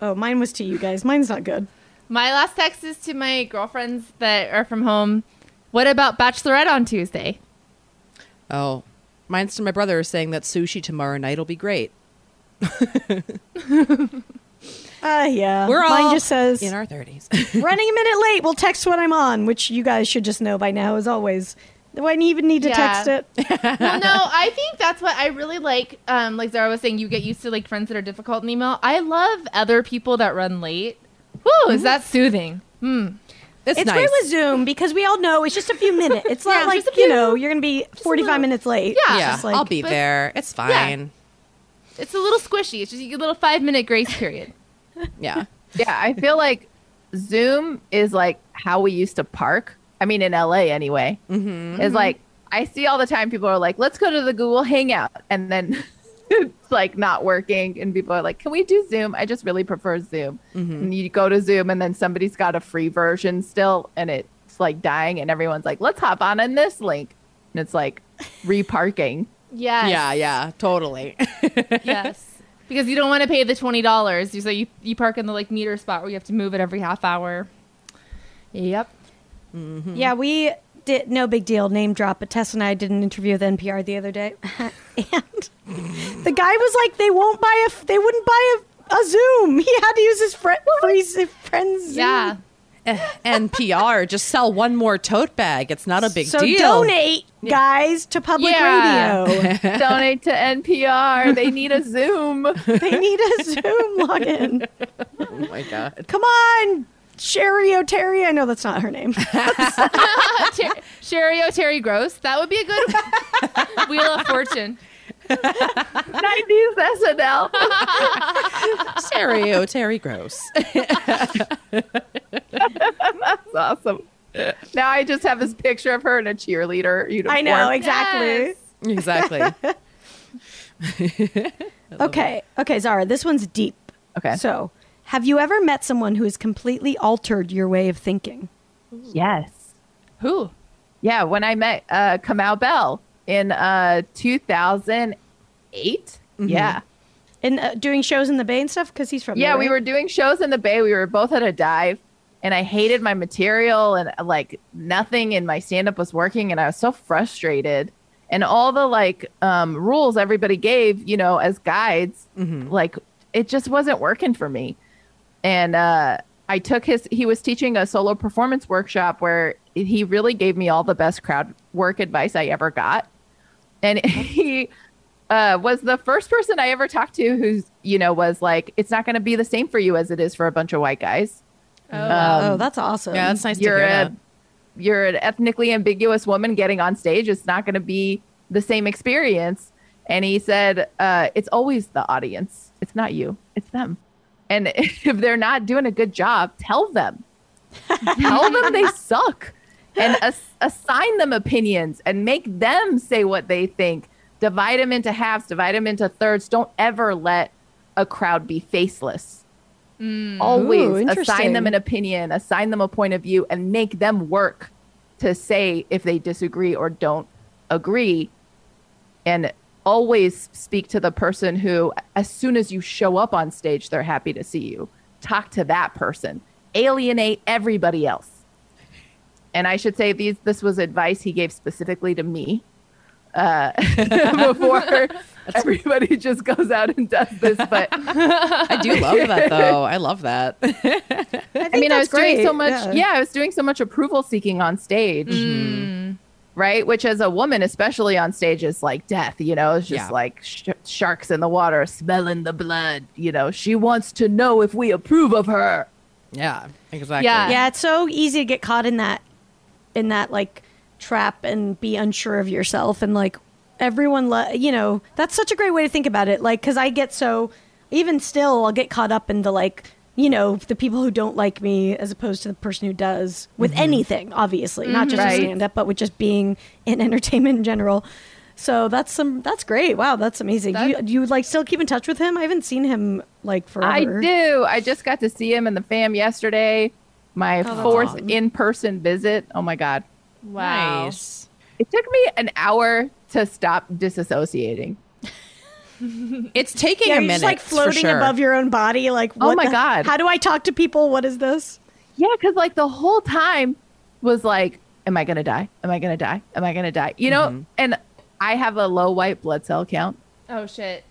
B: Oh, mine was to you guys. Mine's not good.
D: My last text is to my girlfriends that are from home. What about Bachelorette on Tuesday?
C: Oh, mine's to my brother saying that sushi tomorrow night will be great.
B: Uh, yeah.
C: We're all
B: Mine just says
C: in our thirties.
B: <laughs>
C: <laughs>
B: running a minute late. We'll text when I'm on, which you guys should just know by now, as always. Do I even need to
D: Yeah.
B: text it?
D: well, <laughs> no, I think that's what I really like. Um, like Zara was saying, you get used to like friends that are difficult in email. I love other people that run late. Woo,
F: Mm-hmm.
D: is that soothing?
C: It's,
B: It's
C: nice.
B: great with Zoom because we all know it's just a few minutes. It's not
D: Yeah,
B: like
D: just a
B: you
D: few-
B: know you're gonna be 45
D: little-
B: minutes late.
D: Yeah.
B: It's
C: yeah,
B: just like-
C: I'll be
D: but-
C: there. It's fine.
D: It's a little squishy. It's just a little five minute grace
F: <laughs>
D: period.
C: Yeah.
B: <laughs>
F: yeah, I feel like Zoom is like how we used to park. I mean, in LA anyway. Mm-hmm. It's like I see all the time people are like, let's go to the Google Hangout. And then <laughs> it's like not working. And people are like, can we do Zoom? I just really prefer Zoom.
B: Mm-hmm.
F: And you go to Zoom and then somebody's got a free version still and it's like dying. And everyone's like, let's hop on in this link. And it's like reparking. <laughs>
D: Yes.
C: Yeah, yeah, totally. <laughs>
D: Yes. Because you don't want to pay the twenty dollars. You so you you park in the like meter spot where you have to move it every half hour. Yep.
B: Yeah, we did no big deal name drop, but Tess and I did an interview with NPR the
D: <laughs>
B: other day, and the guy was like, "They won't buy a, f- they wouldn't buy a, a Zoom. <laughs> He had to use his friend, free Z- friend's Zoom.
D: Yeah.
C: NPR, just sell one more tote bag. It's not a big
B: so
C: deal.
B: donate, guys, to public
D: Yeah. <laughs>
B: radio.
F: Donate to NPR. They need a Zoom.
B: they need a Zoom login.
C: Oh my god.
B: Come on, Sherry O'Terry. I know that's not
C: <laughs>
B: her name.
D: Ter- Sherry O'Terry Gross. That would be a
F: <laughs>
D: good Wheel of Fortune.
F: 90s <laughs> SNL.
C: <laughs> Terry oh, Terry Gross. <laughs>
F: That's awesome. Now I just have this picture of her in a cheerleader uniform.
B: I know exactly.
D: Yes.
C: exactly.
B: Okay, okay, Zara. This one's deep.
F: Okay.
B: So, have you ever met someone who has completely altered your way of thinking?
F: yes.
D: Who?
F: Yeah. When I met uh, Kamau Bell in uh, 2008. Yeah.
B: And uh, doing shows in the Bay and stuff because he's from
F: Yeah.
B: there,
F: We
B: right?
F: were doing shows in the Bay. We were both at a dive, and I hated my material, and like nothing in my stand up was working, and I was so frustrated. And all the like um, rules everybody gave, you know, as guides, like it just wasn't working for me. and uh, I took his. He was teaching a solo performance workshop where he really gave me all the best crowd work advice I ever got, and <laughs> he uh, was the first person I ever talked to who's, you know, was like, it's not going to be the same for you as it is for a bunch of white guys.
B: oh, that's awesome.
C: Yeah, that's nice
F: you're
C: to hear.
F: a
C: that.
F: you're an ethnically ambiguous woman getting on stage. It's not going to be the same experience. And he said, uh, it's always the audience. It's not you. It's them. And <laughs> if they're not doing a good job, tell them. tell them they suck, and ass- assign them opinions and make them say what they think. Divide them into halves. Divide them into thirds. Don't ever let a crowd be faceless
B: Mm. Ooh,
F: always assign
B: interesting.
F: them an opinion, assign them a point of view, and make them work to say if they disagree or don't agree. And always speak to the person who, as soon as you show up on stage, they're happy to see you. Talk to that person. Alienate everybody else. And I should say these. This was advice he gave specifically to me. Uh, <laughs> before everybody just goes out and does this, but
C: I do love that though. I love that. <laughs>
F: I mean, I was
B: that's
F: doing so
B: great,
F: much. Yeah.
B: yeah.
F: I was doing so much approval seeking on stage, Mm-hmm. right? Which, as a woman, especially on stage, is like death. You know, it's just
C: Yeah.
F: like sh- sharks in the water, smelling the blood. You know, she wants to know if we approve of her.
C: yeah, exactly.
D: Yeah.
B: yeah, it's so easy to get caught in that in that like trap and be unsure of yourself and like everyone lo- you know, that's such a great way to think about it. Like cuz I get so even still I'll get caught up in the like you know the people who don't like me as opposed to the person who does with anything obviously not just
F: Right.
B: with stand up but with just being in <laughs> entertainment in general so that's some that's great wow that's amazing you
D: That-
B: you like still keep in touch with him i haven't seen him like forever
F: I do. I just got to see him in the fam yesterday. My
B: Oh, that's
F: fourth
B: awesome.
F: in person visit. Oh my god,
D: Wow.
C: Nice.
F: it took me an hour to stop disassociating.
C: It's taking
B: yeah,
C: a
B: you're
C: minute.
B: just like
C: for
B: floating
C: sure.
B: above your own body. Like,
F: Oh
B: what
F: my
B: the-
F: God.
B: How do I talk to people? What is this?
F: Yeah, because like the whole time was like, am I gonna die? Am I gonna die? Am I gonna die? You know, and I have a low white blood cell count.
D: Oh shit.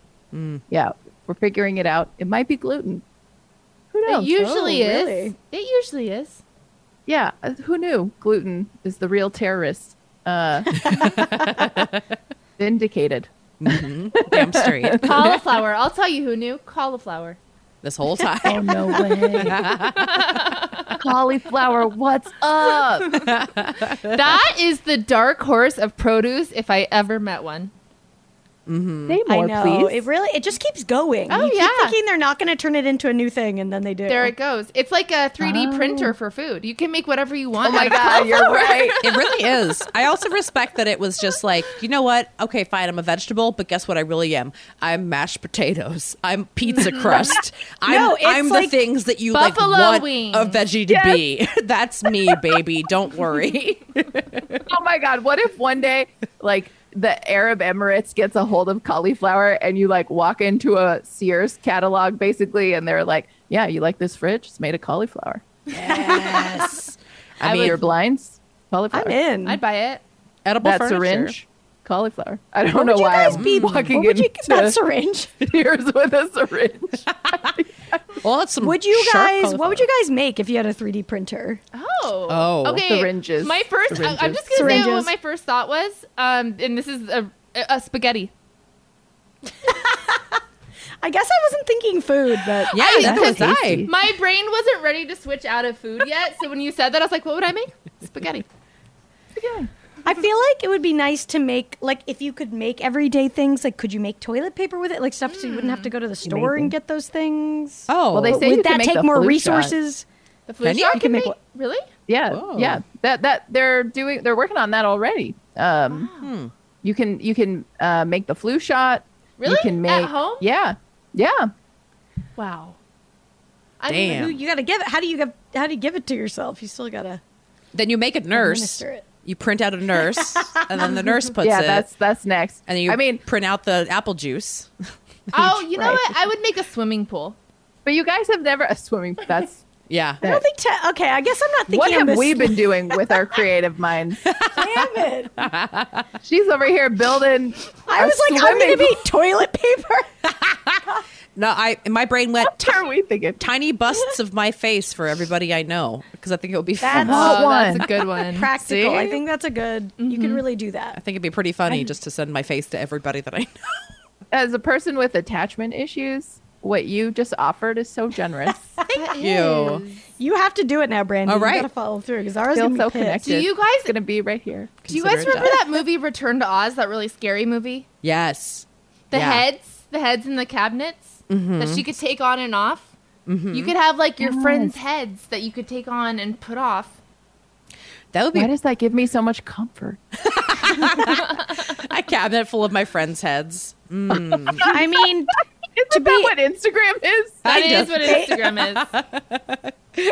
F: Yeah, we're figuring it out. It might be gluten. Who
D: It
F: knows?
D: usually
B: oh,
D: is.
B: really?
D: It usually is.
F: yeah, uh, who knew? Gluten is the real terrorist. Uh, vindicated.
C: damn straight
D: Cauliflower. I'll tell you who knew. Cauliflower.
C: this
B: <laughs>
C: whole
F: Oh
C: time.
F: no way! <laughs> Cauliflower, what's up?
D: That is the dark horse of produce if I ever met one.
F: Say more,
B: I know.
F: please.
B: It really it just keeps going.
D: Oh,
B: you keep
D: yeah.
B: thinking they're not going to turn it into a new thing, and then they do.
D: There it goes. It's like a 3D printer for food. You can make whatever you want.
F: oh my god, you're right.
C: It really is. I also respect that it was just like, you know what? Okay, fine, I'm a vegetable, but guess what I really am? I'm mashed potatoes. I'm pizza crust. I'm,
B: No, it's
C: I'm
B: like
C: the things that you
D: buffalo
C: like want
D: wings.
C: a veggie to be. <laughs> That's me, baby. Don't worry.
F: oh my god what if one day like the arab emirates gets a hold of cauliflower and you like walk into a sears catalog basically and they're like yeah you like this fridge it's made of cauliflower
C: Yes. I, mean,
F: your blinds cauliflower
B: I'm in.
D: I'd buy it.
C: edible
F: that
C: furniture.
F: syringe cauliflower i don't
B: What
F: know
B: would you
F: why
B: guys
F: i'm
B: be-
F: walking
B: what would you, that
F: into <laughs>
B: syringe?
F: sears with a syringe
B: <laughs>
C: Well, that's some
B: Would you
C: sharp
B: guys? What would you
C: cauliflower.
B: guys make if you had a 3D printer?
D: Oh.
C: Oh.
D: Okay.
F: Syringes.
D: My first. I, am
F: Syringes.
D: just gonna say
B: Syringes.
D: what my first thought was. Um, and this is a, a spaghetti.
B: I guess I wasn't thinking food, but
C: Yeah,
D: I-
C: that was
D: because
C: I.
D: My brain wasn't ready to switch out of food yet. So when you said that, I was like, what would I make? Spaghetti.
B: I feel like it would be nice to make like if you could make everyday things. Like, could you make toilet paper with it? Like stuff so you wouldn't have to go to the store
F: Amazing.
B: and get those things.
C: Oh,
F: Well, they say- you
B: Would
F: can
B: that
F: make
B: take
F: the
B: more
F: flu shot.
B: resources?
D: The flu
C: Can you?
D: shot
C: You
D: can,
B: can make
D: make.
B: what-
D: Really?
F: yeah
C: Whoa.
F: yeah that that they're doing they're working on that already um
B: Ah.
F: you can you can uh make the flu shot
D: Really?
F: you can make
D: At home?
F: yeah yeah
D: Wow.
B: I mean,
C: Damn.
B: who- you got to give it. How do you give? How do you give it to yourself? You still gotta.
C: then you make a nurse.
B: Administer it.
C: You print out a nurse, and then the nurse puts
F: yeah,
C: it.
F: that's that's next.
C: and then you
F: I mean,
C: print out the apple juice.
D: Oh, you know
F: Right.
D: what? I would make a swimming pool.
F: but you guys have never <laughs> a swimming. That's
B: <laughs>
C: Yeah.
B: I don't think. Te- okay, I guess I'm not thinking.
F: what
B: I'm
F: have
B: a
F: we
B: sl-
F: been doing with our creative minds?
B: <laughs> Damn
C: <laughs>
B: it!
F: She's over here building.
B: I was like, I'm gonna make
C: <laughs>
B: toilet paper.
C: No, I my brain went
F: <laughs> What are we thinking?
C: tiny busts of my face for everybody I know because I think it would be fun.
B: That's-
F: Oh,
D: Oh, that's
F: one.
D: a good one.
B: Practical. I
C: See? Mm-hmm.
B: think that's a good. You could really do
C: I
B: that.
C: think it'd be pretty funny just to send my face to everybody that I know. <laughs>
F: as a person with attachment issues, what you just offered is so
B: <laughs>
F: generous.
D: Thank
C: you.
B: You have to do it now, Brandon.
C: All right.
B: You gotta follow through because Zara's
F: Feel
B: gonna be
F: so
B: pissed.
F: connected.
D: Do you guys-
F: It's gonna be right here?
D: Do you guys
C: Consider it
D: remember that movie Return to Oz, that really scary movie?
C: Yes.
D: The
C: Yeah. Mm-hmm.
D: heads, the heads in the cabinets that she could take on and off. You could have like your friends' heads that you could take on and put off.
C: That would be
F: Why does that give me so much
B: <laughs>
F: comfort?
C: <laughs> a cabinet full of my friends' heads.
B: I mean,
F: Isn't
B: To
F: that
B: be-
F: what Instagram
B: <laughs>
F: is?
D: That
C: Kind
D: is
C: of.
D: what Instagram is.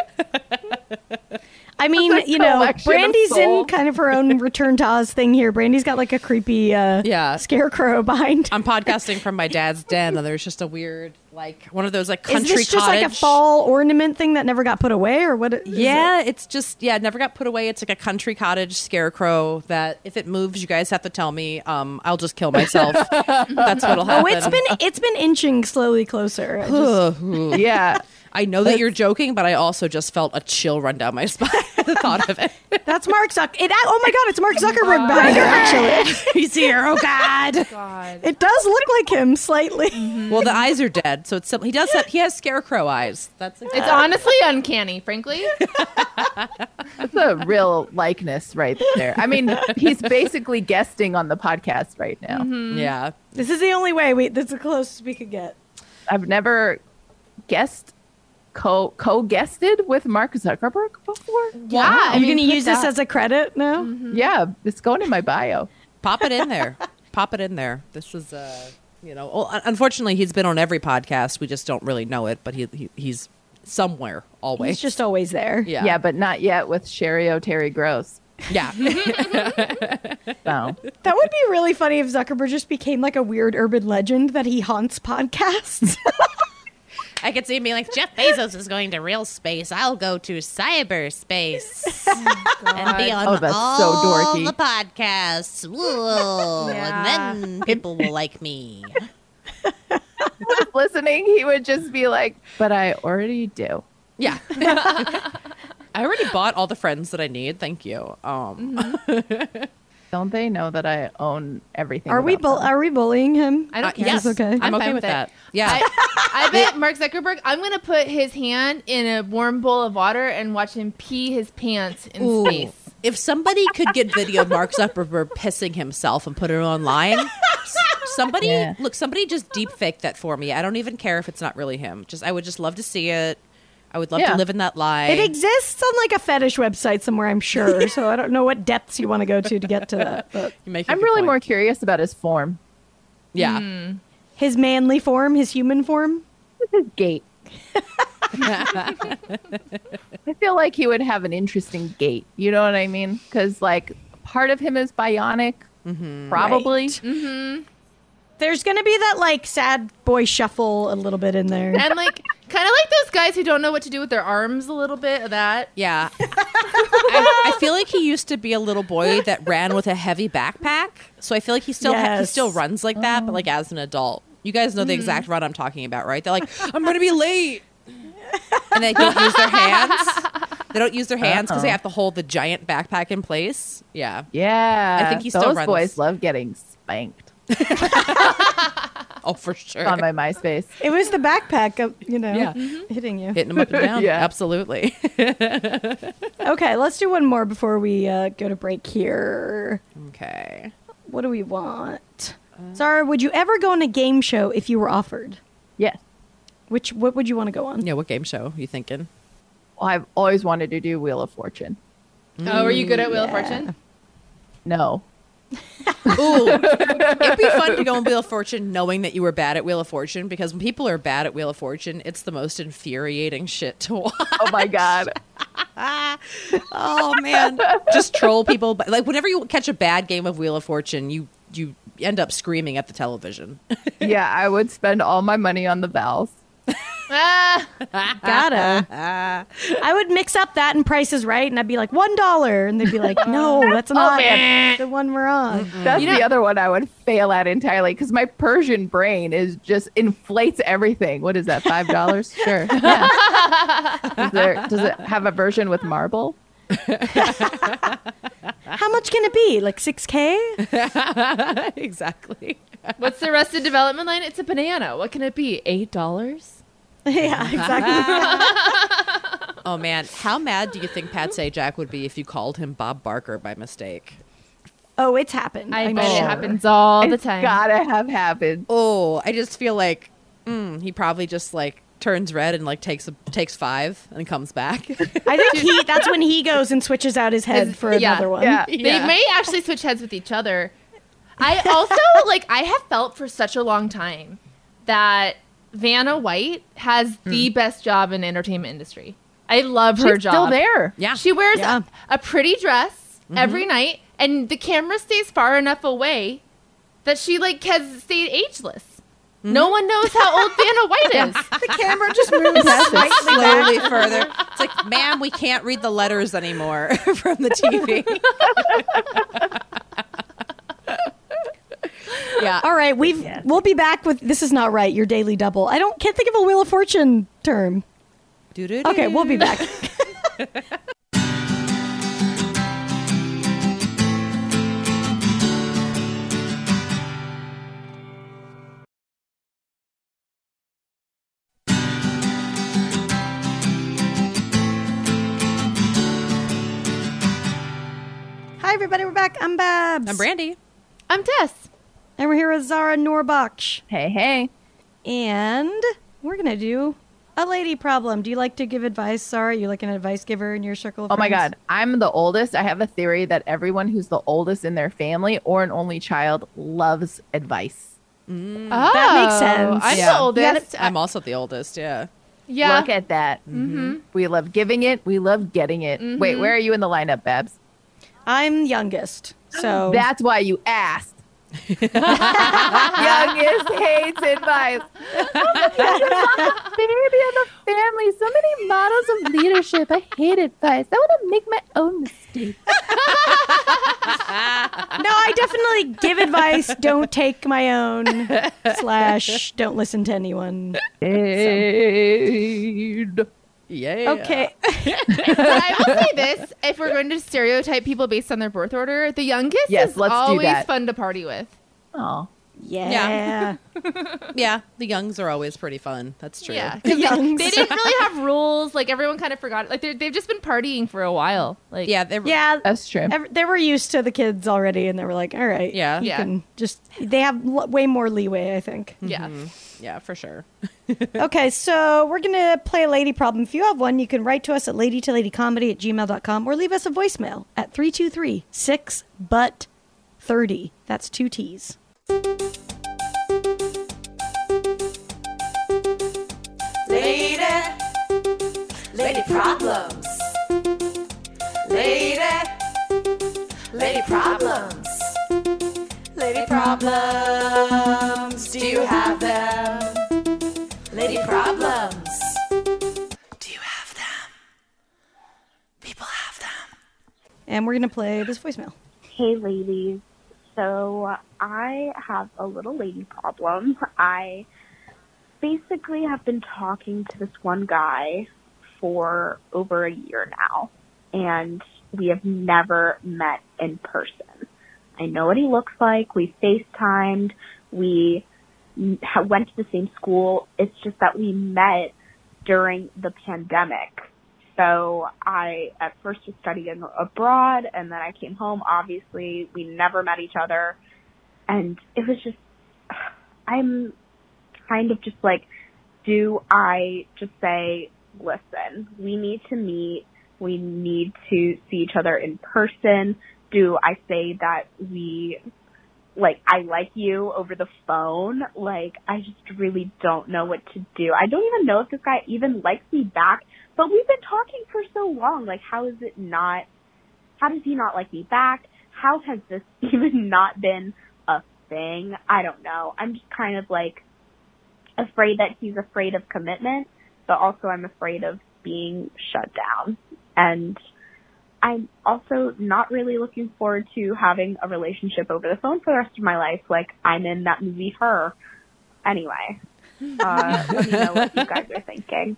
C: <laughs>
B: I mean,
F: It's a
B: you know,
F: collection of
B: Brandy's in
F: souls.
B: kind of her own return to Oz thing here. Brandy's got like a creepy uh,
C: Yeah.
B: scarecrow behind.
C: I'm podcasting from my dad's den, and there's just a weird, like, one of those like
B: Is
C: country
B: this just like a
C: cottage.
B: fall ornament thing that never got put away, or what? is it?
C: Yeah, it's just yeah, it never got put away. It's like a country cottage scarecrow that if it moves, you guys have to tell me. Um, I'll just kill
B: <laughs>
C: myself. That's what'll
B: Oh,
C: happen.
B: it's been it's been inching slowly closer. I <laughs> just- Oh.
C: been.
F: yeah.
C: I know that you're joking, but I also just felt a chill run down my <laughs> spine at the thought of it.
B: that's Mark Zuck. It, oh my God, it's Mark Zuckerberg behind her. Actually, <laughs>
C: He's here. Oh God.
D: God.
B: it does look like him slightly.
C: Well, the eyes are dead, so it's simple. He does have, he has scarecrow eyes. That's
D: It's honestly uncanny,
C: <laughs>
D: frankly.
F: That's a real likeness right there. I
B: <laughs>
F: mean, he's basically guesting on the podcast right now.
C: Mm. yeah.
B: This is the only way. We this is the closest we could get.
F: I've never guessed co co guested with Mark Zuckerberg before.
D: Yeah.
B: Are you going to use this as a credit? No.
C: Mm-hmm.
F: Yeah, it's going in my bio.
C: Pop it in there. Pop it in there. This is uh, you know. well, un- Unfortunately, he's been on every podcast. We just don't really know it, but he, he he's somewhere always.
B: He's just always there.
C: yeah.
F: Yeah, but not yet with Sherry O'Terry Gross.
C: <laughs> Yeah. <laughs>
F: So
B: That would be really funny if Zuckerberg just became like a weird urban legend that he haunts podcasts.
C: I could see him being like, Jeff Bezos is going to real space. I'll go to cyberspace and be on
F: Oh, that's so
C: all
F: dorky.
C: the podcasts. Whoa.
D: Yeah.
C: And then people will like me.
F: <laughs> listening, he would just be like, "But I already do."
C: Yeah. I already bought all the friends that I need. Thank you.
D: Mm-hmm.
C: Um,
F: Don't they know that I own everything?
B: are we
F: about
B: bull-
F: them?
B: are we bullying him?
D: I don't care.
C: yes.
B: It's okay.
C: I'm,
D: I'm
C: okay
D: fine
C: with
D: with it.
C: that. Yeah.
D: I, I bet Mark Zuckerberg, I'm going to put his hand in a warm bowl of water and watch him pee his pants in
C: Ooh.
D: space.
C: If somebody could get video of Mark Zuckerberg pissing himself and put it online, s- somebody
F: Yeah.
C: look, somebody just deep fake that for me. I don't even care if it's not really him. Just I would just love to see it. I would love
F: Yeah.
C: to live in that lie.
B: It exists on like a fetish website somewhere, I'm sure. So I don't know what depths you want to go to to get to that. But
C: You make a
F: I'm
C: good
F: really
C: point.
F: more Hmm. curious about his form,
C: Yeah.
B: his manly form, his human form.
F: his gait. I feel like he would have an interesting gait. You know what I mean? Because like part of him is bionic,
C: Mm-hmm.
F: probably.
B: There's going to be that like sad boy shuffle a little bit in there.
D: And like, kind of like those guys who don't know what to do with their arms, a little bit of that.
C: Yeah. I, I feel like he used to be a little boy that ran with a heavy backpack. So I feel like he still he
B: Yes.
C: still runs like that, but like as an adult. You guys know the exact run I'm talking about, right? They're like, I'm going to be late. And they don't use their hands. They don't use their hands because they have to hold the giant backpack in place. Yeah.
F: Yeah,
C: I think he
F: those
C: still runs.
F: boys love getting spanked
C: Oh, for sure.
F: on my MySpace.
B: <laughs> It was the backpack, of, you know,
C: Yeah.
B: hitting you.
C: Hitting him up and down.
F: Yeah.
C: Absolutely. <laughs>
B: Okay, let's do one more before we uh, go to break here.
C: okay.
B: What do we want? Zara, would you ever go on a game show if you were offered?
F: Yes.
B: Which what would you want to go on?
C: Yeah, what game show you thinking?
F: Well, I've always wanted to do Wheel of Fortune.
D: Oh, are you good at
C: Mm,
D: Wheel of Fortune?
F: No.
C: <laughs> Ooh, it'd be fun to go on Wheel of Fortune knowing that you were bad at Wheel of Fortune because when people are bad at Wheel of Fortune, it's the most infuriating shit to watch.
F: Oh my
C: <laughs>
F: god.
C: Oh man, <laughs> just troll people. But like whenever you catch a bad game of Wheel of Fortune, you you end up screaming at the television. <laughs>
F: yeah, I would spend all my money on the vowels.
D: Ah,
B: Gotta. I would mix up that and Price is Right, and I'd be like one dollar, and they'd be <laughs> like, "No, that's not <laughs> the one
C: <laughs>
B: we're on."
F: That's the other one I would fail at entirely because my Persian brain is just inflates everything. What is that? Five dollars? <laughs> sure. Yeah. Is there, does it have a version with marble?
B: How much can it be? Like six k? <laughs>
C: <laughs> exactly.
D: What's the rest of development line? It's a banana. What can it be? Eight dollars?
C: <laughs>
B: yeah, exactly. <laughs>
C: Oh man, how mad do you think Pat Sajak would be if you called him Bob Barker by mistake?
B: oh, it's happened.
D: I
B: I'm
D: bet it
B: sure.
D: happens all the
F: It's
D: time.
F: Gotta have happened.
C: Oh, I just feel like mm, he probably just like turns red and like takes a, takes five and comes back. <laughs>
B: I
D: <laughs>
B: think he, that's when he goes and switches out his head
D: Is-
B: for
D: yeah,
B: another one.
F: Yeah.
C: Yeah.
D: Uh, They may actually switch heads with each other. I also like I have felt for such a long time that Vanna White has the best job in the entertainment industry. I love her
F: She's
D: job.
F: still there.
C: yeah,
D: She wears
B: Yeah.
D: a, a pretty dress every night and the camera stays far enough away that she like has stayed ageless. No one knows how old Vanna White is.
F: The camera just <laughs> moves
C: slowly further. It's like, ma'am, we can't read the letters anymore <laughs> from the TV. yeah.
B: All right, we've we'll be back with this is not right. Your daily double. I don't can't think of a Wheel of Fortune term.
C: Doo-doo-doo.
B: Okay, we'll be back. Hi everybody, we're back. I'm Babs.
C: I'm Brandy.
D: I'm Tess.
B: And we're here with Zara Norbach.
F: Hey, hey.
B: And we're going to do a lady problem. Do you like to give advice, Sarah? You like an advice giver in your circle of
F: Oh my
B: friends?
F: God. I'm the oldest. I have a theory that everyone who's the oldest in their family or an only child loves advice.
D: Oh,
B: That makes sense.
D: I'm
C: Yeah.
D: the
B: uh,
D: oldest.
C: I'm also the oldest. Yeah.
D: yeah.
F: Look at that. We love giving it. We love getting it. Wait, where are you in the lineup, Babs?
B: I'm youngest.
F: <gasps>
B: So
F: That's why you asked. Youngest hates advice. Baby of the family. So many models of leadership. I hate advice. I want to make my own mistakes.
B: no, I definitely
F: <laughs>
B: give advice. Don't take my own slash don't listen to
F: <laughs>
B: anyone.
C: Yeah.
B: Okay.
D: But I
F: <laughs>
D: will say this: if we're going to stereotype people based on their birth order, the youngest
F: Yes,
D: is
F: let's do
D: always
F: that.
D: fun to party with.
F: Oh,
B: Yeah.
C: Yeah. Yeah. The youngs are always pretty fun. That's true.
D: Yeah,
B: The
D: 'cause
B: youngs.
D: they didn't really have rules. Like everyone kind of forgot. Like they're- they've just been partying for a while. Like
C: Yeah. They're,
B: <laughs> yeah.
F: that's true.
B: ev- They were used to the kids already, and they were like, "All right,
C: Yeah.
B: you
D: Yeah.
B: can just." They have l- way more leeway, I think.
D: yeah.
C: yeah, for sure.
B: Okay, so we're going to play a lady problem. If you have one, you can write to us at ladytoladycomedy at gmail.com or leave us a voicemail at 323 6 but 30. That's two T's.
G: Lady, lady problems. Lady, lady problems. Lady problems, do you have them? Lady problems, do you have them? People have them.
B: And we're going to play this voicemail.
H: Hey, ladies. So I have a little lady problem. I basically have been talking to this one guy for over a year now, and we have never met in person. I know what he looks like. We FaceTimed. We n- ha- went to the same school. It's just that we met during the pandemic. So I at first was studying abroad and then I came home. Obviously, we never met each other. And it was just, <sighs> I'm kind of just like, do I just say, listen, we need to meet. We need to see each other in person. Do I say that we, like, I like you over the phone? Like, I just really don't know what to do. I don't even know if this guy even likes me back. But we've been talking for so long. Like, how is it not? How does he not like me back? How has this <laughs> even not been a thing? I don't know. I'm just kind of like afraid that he's afraid of commitment, but also I'm afraid of being shut down. And I'm also not really looking forward to having a relationship over the phone for the rest of my life. Like, I'm in that movie, Her. Anyway, uh, let me know what you guys are thinking.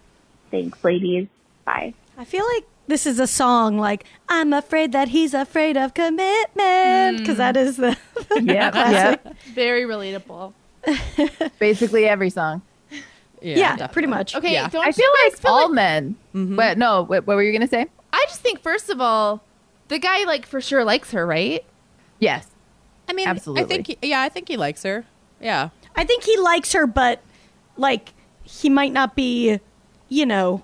H: Thanks, ladies. Bye.
B: I feel like this Mm. is a song like, I'm afraid that he's afraid of commitment, because that is the, the
F: <laughs> yep, yep.
D: Very relatable.
F: Basically every song.
B: <laughs> <laughs> yeah,
C: definitely.
B: pretty much.
D: Okay,
C: Yeah.
D: don't
F: I
D: you
F: feel
D: guys
F: like all men. But no, what, what were you gonna say?
D: I just think first of all, the guy like for sure likes her, right?
F: Yes.
C: I mean, I
F: Absolutely.
C: think he, yeah, I think he likes her. Yeah,
B: I think he likes her, but like he might not be, you know,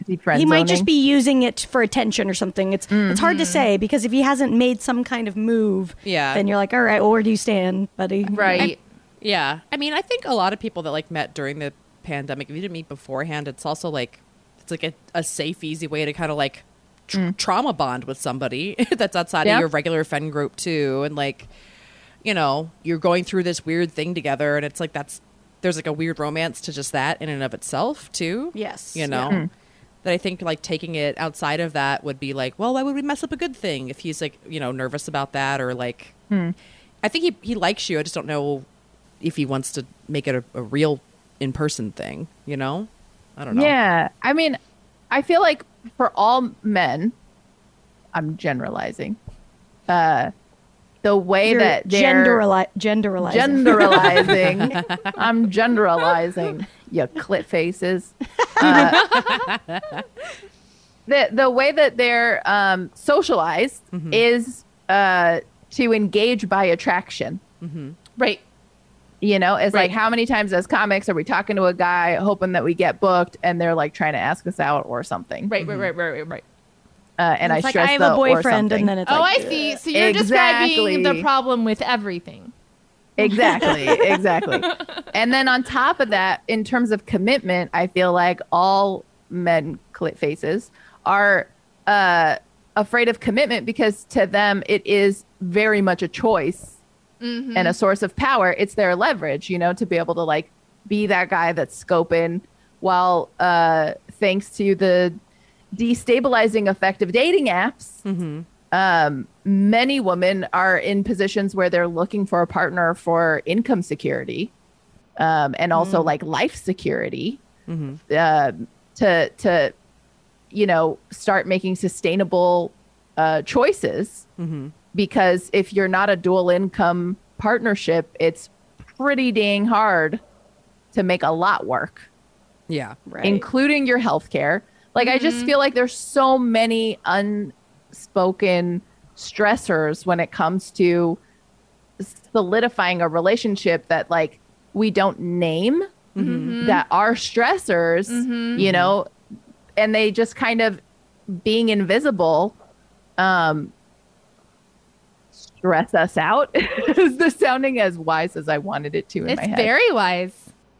F: Is he friend
B: he might
F: zoning?
B: just
F: Mm-hmm.
B: be using it for attention or something. It's it's hard to say because if he hasn't made some kind of move,
C: Yeah.
B: then you're like, all right, well, where do you stand, buddy?
F: right.
C: yeah. I mean, I think a lot of people that like met during the pandemic, if you didn't meet beforehand, it's also like it's like a, a safe, easy way to kind of like tr- trauma bond with somebody <laughs> that's outside
F: Yeah.
C: of your regular friend group too, and like you know, you're going through this weird thing together, and it's like that's there's like a weird romance to just that in and of itself too.
B: Yes.
C: you know that i think like taking it outside of that would be like well why would we mess up a good thing if he's like you know nervous about that or like
D: Hmm.
C: i think he, he likes you i just don't know if he wants to make it a, a real in-person thing you know i don't know
F: Yeah. I mean, I feel like for all men, I'm generalizing. Uh the way
B: You're
F: that they're
B: genderali- genderalizing. <laughs>
F: genderalizing. I'm genderalizing. You clit
B: <laughs>
F: faces. Uh, the the way that they're um, socialized
B: Mm-hmm.
F: is uh, to engage by attraction.
D: Right.
F: You know, it's
D: Right.
F: like how many times as comics are we talking to a guy hoping that we get booked, and they're like trying to ask us out or something.
D: Right, right, right, right, right, right.
F: Uh, and
B: it's
F: I
B: like
F: stress
B: I have a
F: the or
B: boyfriend,
F: something.
B: and then it's
D: oh,
B: like,
D: I see. So you're describing the
F: Exactly.
D: problem with everything.
F: Exactly, exactly. and then on top of that, in terms of commitment, I feel like all men clit faces are uh, afraid of commitment because to them it is very much a choice and a source of power. It's their leverage, you know, to be able to like be that guy that's scoping while uh, thanks to the destabilizing effect of dating apps um, many women are in positions where they're looking for a partner for income security um, and also like life security uh, to to you know start making sustainable uh, choices because if you're not a dual income partnership, it's pretty dang hard to make a lot work
C: yeah
B: right.
F: including your health care. Like, I
D: Mm-hmm.
F: just feel like there's so many unspoken stressors when it comes to solidifying a relationship that, like, we don't name
D: Mm-hmm.
F: that are stressors, you know, and they just kind of being invisible. Um, stress us out <laughs> is this sounding as wise as I wanted it to in my
D: It's
F: head.
D: very wise.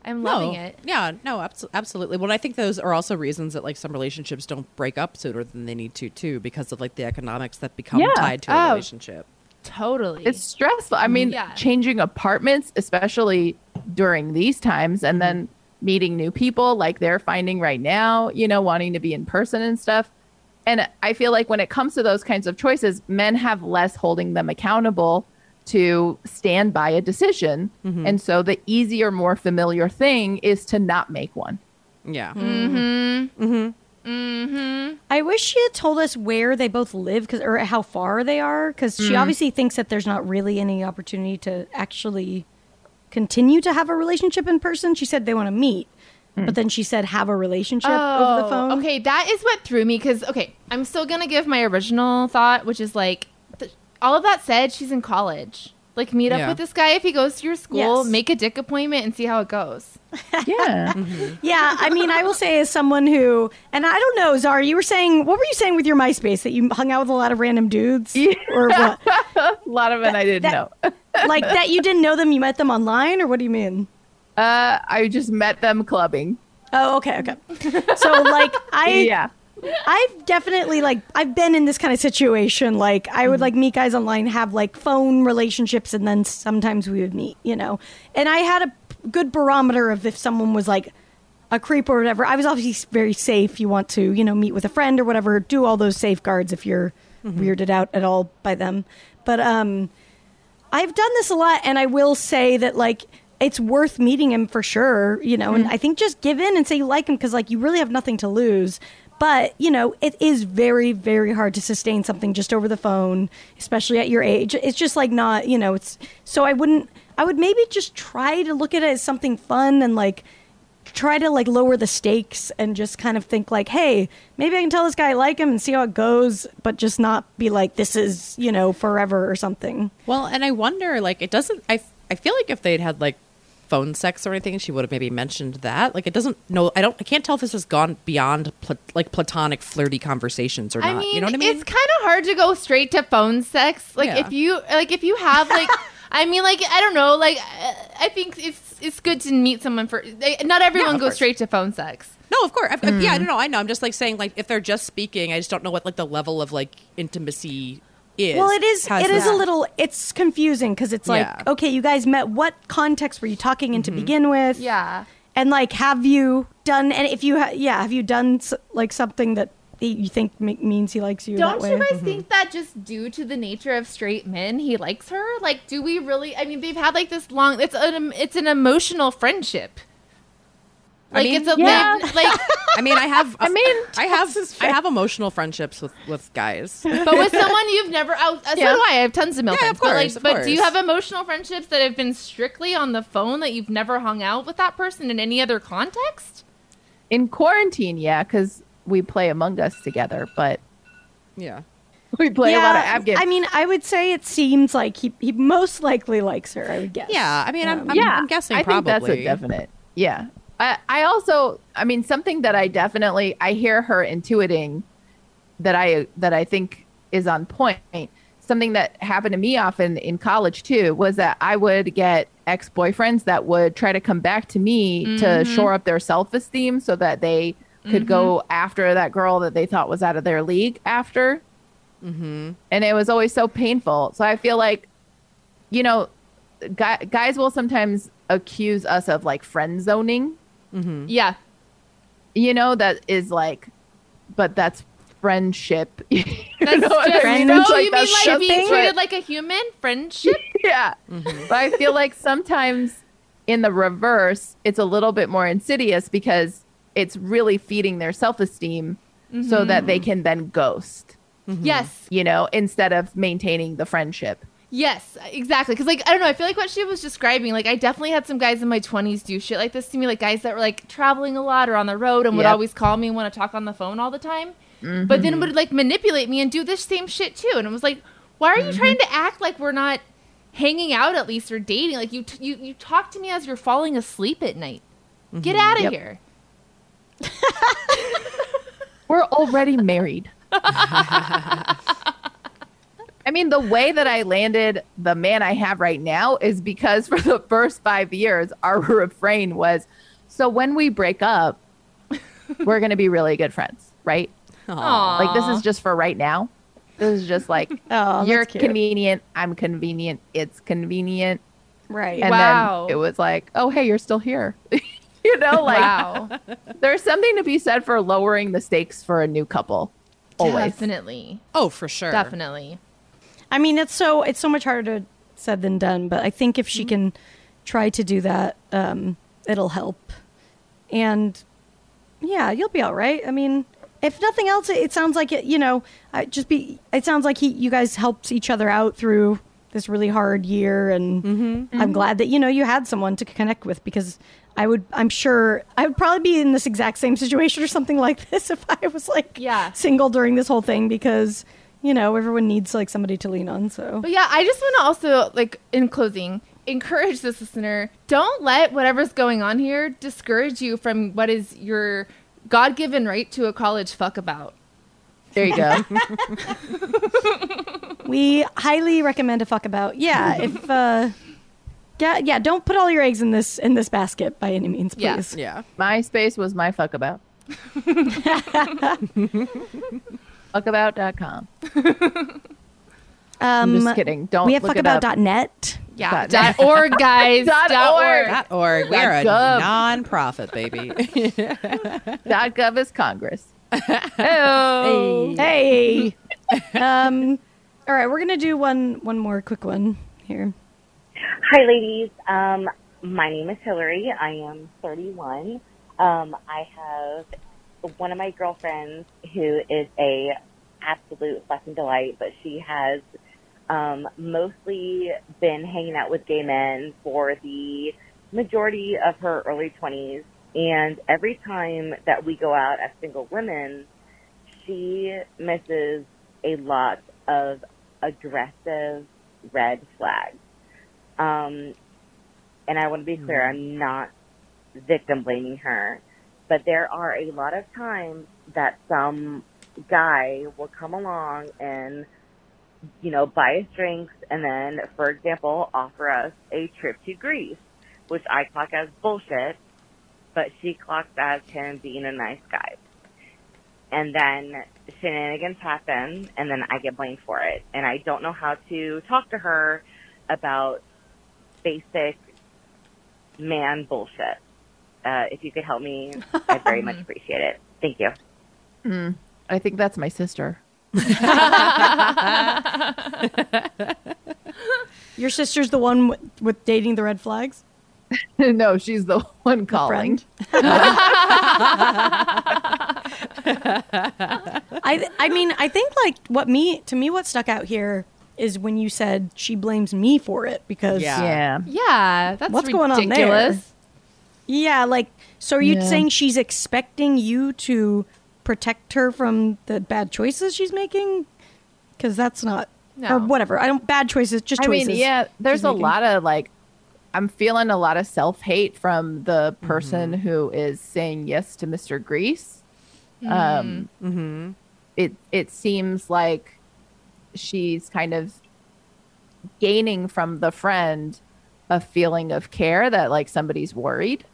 D: I'm loving
C: no.
D: it.
C: Yeah, no, abso- absolutely. Well, I think those are also reasons that like some relationships don't break up sooner than they need to too because of like the economics that become
F: Yeah.
C: tied to a
D: Oh.
C: relationship.
D: Totally.
F: it's stressful. I mean,
D: Yeah.
F: changing apartments, especially during these times, and then meeting new people like they're finding right now, you know, wanting to be in person and stuff. And I feel like when it comes to those kinds of choices, men have less holding them accountable to stand by a decision. And so the easier, more familiar thing is to not make <laughs> one.
C: Yeah.
B: I wish she had told us where they both live 'cause- or how far they are because
F: Mm.
B: she obviously thinks that there's not really any opportunity to actually continue to have a relationship in person. She said they want to meet,
F: Hmm.
B: but then she said have a relationship
F: Oh,
B: over the phone.
D: Oh, Okay, that is what threw me because okay, I'm still gonna give my original thought, which is like, th- all of that said, she's in college. Like, meet up
C: Yeah.
D: with this guy if he goes to your school,
B: Yes.
D: make a dick appointment, and see how it goes.
F: Yeah.
B: Yeah, I mean, I will say as someone who, and I don't know, Zara, you were saying, what were you saying with your MySpace that you hung out with a lot of random dudes or what?
F: a lot of it I didn't
B: that-
F: know.
B: like that you didn't know them, you met them online, or what do you mean?
F: Uh, I just met them clubbing.
B: Oh, okay, okay. So like I
F: Yeah.
B: I've definitely like I've been in this kind of situation. Like I would like meet guys online, have like phone relationships, and then sometimes we would meet, you know. And I had a good barometer of if someone was like a creep or whatever. I was obviously very safe. You want to, you know, meet with a friend or whatever. Do all those safeguards if you're weirded out at all by them. But um, I've done this a lot, and I will say that like it's worth meeting him for sure, you know. And I think just give in and say you like him because like you really have nothing to lose. But, you know, it is very, very hard to sustain something just over the phone, especially at your age. It's just like not, you know, it's so I wouldn't, I would maybe just try to look at it as something fun and like, try to like lower the stakes and just kind of think like hey maybe i can tell this guy i like him and see how it goes but just not be like this is you know forever or something
C: Well, and I wonder, like, it doesn't. I I feel like if they'd had like phone sex or anything, she would have maybe mentioned that. Like, it doesn't. No, I don't. I can't tell if this has gone beyond pla- like platonic flirty conversations or
D: I
C: not.
D: mean,
C: you know what I mean?
D: it's kind of hard to go straight to phone sex. Like
C: Yeah.
D: if you like if you
C: <laughs>
D: have like I mean like I don't know like I I think it's it's good to meet someone for they- not everyone
C: of
D: goes
C: course.
D: straight to phone sex.
C: no, of course. I, I- Yeah, I don't know. I know. I'm just like saying, like, if they're just speaking, I just don't know what like the level of like intimacy is.
B: well it is
C: Has
B: it is
C: that-
B: a little it's confusing because it's like
C: Yeah. Mm-hmm.
B: okay you guys met what context were you talking in to begin with
D: Yeah.
B: and like have you done and if you ha- yeah have you done s- like something that you think m- means he likes you
D: Don't
B: that
D: you
B: way?
D: guys think that just due to the nature of straight men, he likes her? Like, do we really? I mean, they've had like this long. It's an it's an emotional friendship.
C: I
D: Like
C: mean,
D: it's a
F: yeah.
D: like, like
C: I mean, I have. I
F: mean,
C: I have. I have emotional friendships with with guys.
D: but with someone you've never. Oh, uh, so
F: Yeah.
D: do I. I have tons of male
C: Yeah,
D: friends.
C: of
D: but
C: course,
D: like,
C: of
D: but do you
C: course.
D: have emotional friendships that have been strictly on the phone that you've never hung out with that person in any other context?
F: in quarantine, yeah, because we play Among Us together, but
C: Yeah.
F: we play a lot of app games.
B: I mean, I would say it seems like he, he most likely likes her, I would guess. Um,
C: Yeah. I mean, I'm. I'm,
F: yeah,
C: I'm guessing.
F: I
C: probably.
F: think that's a definite. Yeah. I, I also, I mean, something that I definitely, I hear her intuiting that I that I think is on point. Something that happened to me often in college too was that I would get ex boyfriends that would try to come back to me to
C: Mm-hmm.
F: shore up their self esteem so that they could go after that girl that they thought was out of their league after.
C: Mm-hmm.
F: And it was always so painful. So I feel like, you know, guy- guys will sometimes accuse us of like friend zoning
D: Yeah.
F: you know that is like but that's friendship <laughs> you
D: That's
F: know what I
D: just,
F: mean?
D: no,
F: It's like
D: you mean
F: that's
D: like being
F: something,
D: treated Mm-hmm.
F: but-
D: like a human? Friendship?
F: yeah but i feel like sometimes in the reverse it's a little bit more insidious because it's really feeding their self-esteem so that
D: Mm-hmm.
F: they can then ghost
D: Yes.
F: you know instead of maintaining the friendship
D: Yes, exactly. Because like I don't know, I feel like what she was describing. Like I definitely had some guys in my twenties do shit like this to me, like guys that were like traveling a lot or on the road and would
F: Yep. Mm-hmm.
D: always call me and want to talk on the phone all the time. But then would like manipulate me and do this same shit too. And it was like, why are you
F: Mm-hmm.
D: trying to act like we're not hanging out at least or dating? Like you, t- you, you talk to me as you're falling asleep at night. Get out
F: Mm-hmm. Yep.
D: of here.
F: We're already married. I mean, the way that I landed the man I have right now is because for the first five years, our <laughs> refrain was so when we break up, we're going to be really good friends, right?
D: Oh.
C: Aw.
F: Like, this is just for right now. This is just like,
B: Oh,
F: you're
B: that's cute.
F: convenient. I'm convenient. It's convenient.
B: Right.
F: And
D: Wow.
F: then it was like, oh, hey, you're still here. <laughs> you know, like,
D: wow.
F: there's something to be said for lowering the stakes for a new couple. <laughs> Always.
D: Definitely.
C: Oh, for sure.
D: Definitely.
B: I mean, it's so it's so much harder said than done, but I think if
C: Mm-hmm.
B: she can try to do that, um, it'll help. And yeah, you'll be all right. I mean, if nothing else, it, it sounds like it. You know, I just be. It sounds like he, you guys helped each other out through this really hard year, and I'm glad that you know you had someone to connect with because I would. I'm sure I would probably be in this exact same situation or something like <laughs> this if I was like
D: Yeah.
B: single during this whole thing because you know everyone needs like somebody to lean on so
D: But yeah, I just want to also like in closing encourage this listener. Don't let whatever's going on here discourage you from what is your God-given right to a college fuck about.
F: There you go.
B: <laughs> we highly recommend a fuck about
F: <laughs>
B: yeah if uh yeah yeah don't put all your eggs in this in this basket by any means
D: Yeah.
B: please
C: Yeah.
F: MySpace was my fuck
B: <laughs>
F: about. Fuckabout.com.
B: um
F: I'm just kidding. Don't
B: Mm, we have
F: look it up.
B: fuckabout.net
D: Yeah.
F: Dot
D: Dot <laughs> org, guys.
F: Dot org.
C: Dot org. We're a
F: Gov.
C: non-profit, baby. <laughs>
F: Dot .gov is Congress. Oh. <laughs>
B: hey um all right we're gonna do one one more quick one here
H: Hi, ladies. Um, my name is Hillary. I am 31. Um, I have
I: one of my girlfriends who is a absolute fucking delight, but she has um, mostly been hanging out with gay men for the majority of her early 20s. And every time that we go out as single women, she misses a lot of aggressive red flags. Um, and I want to be clear, I'm not victim blaming her, but there are a lot of times that some guy will come along and, you know, buy us drinks and then, for example, offer us a trip to Greece, which I clock as bullshit, but she clocks as him being a nice guy. And then shenanigans happen and then I get blamed for it. And I don't know how to talk to her about basic man bullshit. Uh, if you could help me, I very much appreciate it. Thank you.
F: I think that's my sister. <laughs>
B: Your sister's the one w- with dating the red flags?
F: no, she's the <laughs> one calling.
B: friend. I I mean, I think like what me to me what stuck out here is when you said she blames me for it because
C: Yeah.
F: Yeah.
D: Yeah, that's
B: What's going
D: ridiculous.
B: on there? Yeah, like so are you
F: Yeah.
B: saying she's expecting you to protect her from the bad choices she's making? Cuz that's not
D: No.
B: or whatever. I don't bad choices, just
F: I
B: choices.
F: mean, yeah, there's
B: she's
F: a
B: making.
F: lot of like, I'm feeling a lot of self hate from the
B: Mm-hmm.
F: person who is saying yes to Mr. Grease.
B: Mm-hmm.
F: Um, It it seems like she's kind of gaining from the friend a feeling of care that like somebody's worried.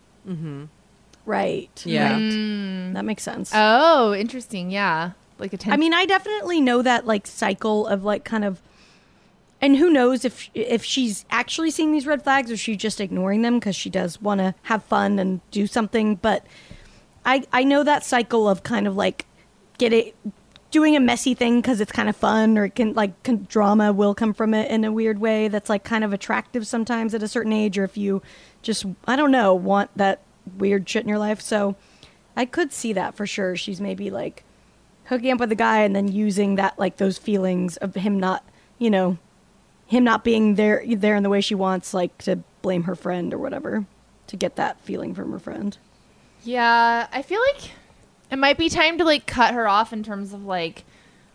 B: Right.
C: Yeah.
B: Right. That makes
F: Um,
B: sense.
D: Oh, interesting. Yeah, like attention.
B: I mean, I definitely know that like cycle of like kind of, and who knows if if she's actually seeing these red flags or she's just ignoring them because she does want to have fun and do something. But I I know that cycle of kind of like get it doing a messy thing because it's kind of fun or it can like con- drama will come from it in a weird way that's like kind of attractive sometimes at a certain age or if you just I don't know want that weird shit in your life. So I could see that for sure. She's maybe like hooking up with a guy and then using that like those feelings of him not you know him not being there there in the way she wants like to blame her friend or whatever to get that feeling from her friend
D: Yeah, I feel like it might be time to like cut her off in terms of like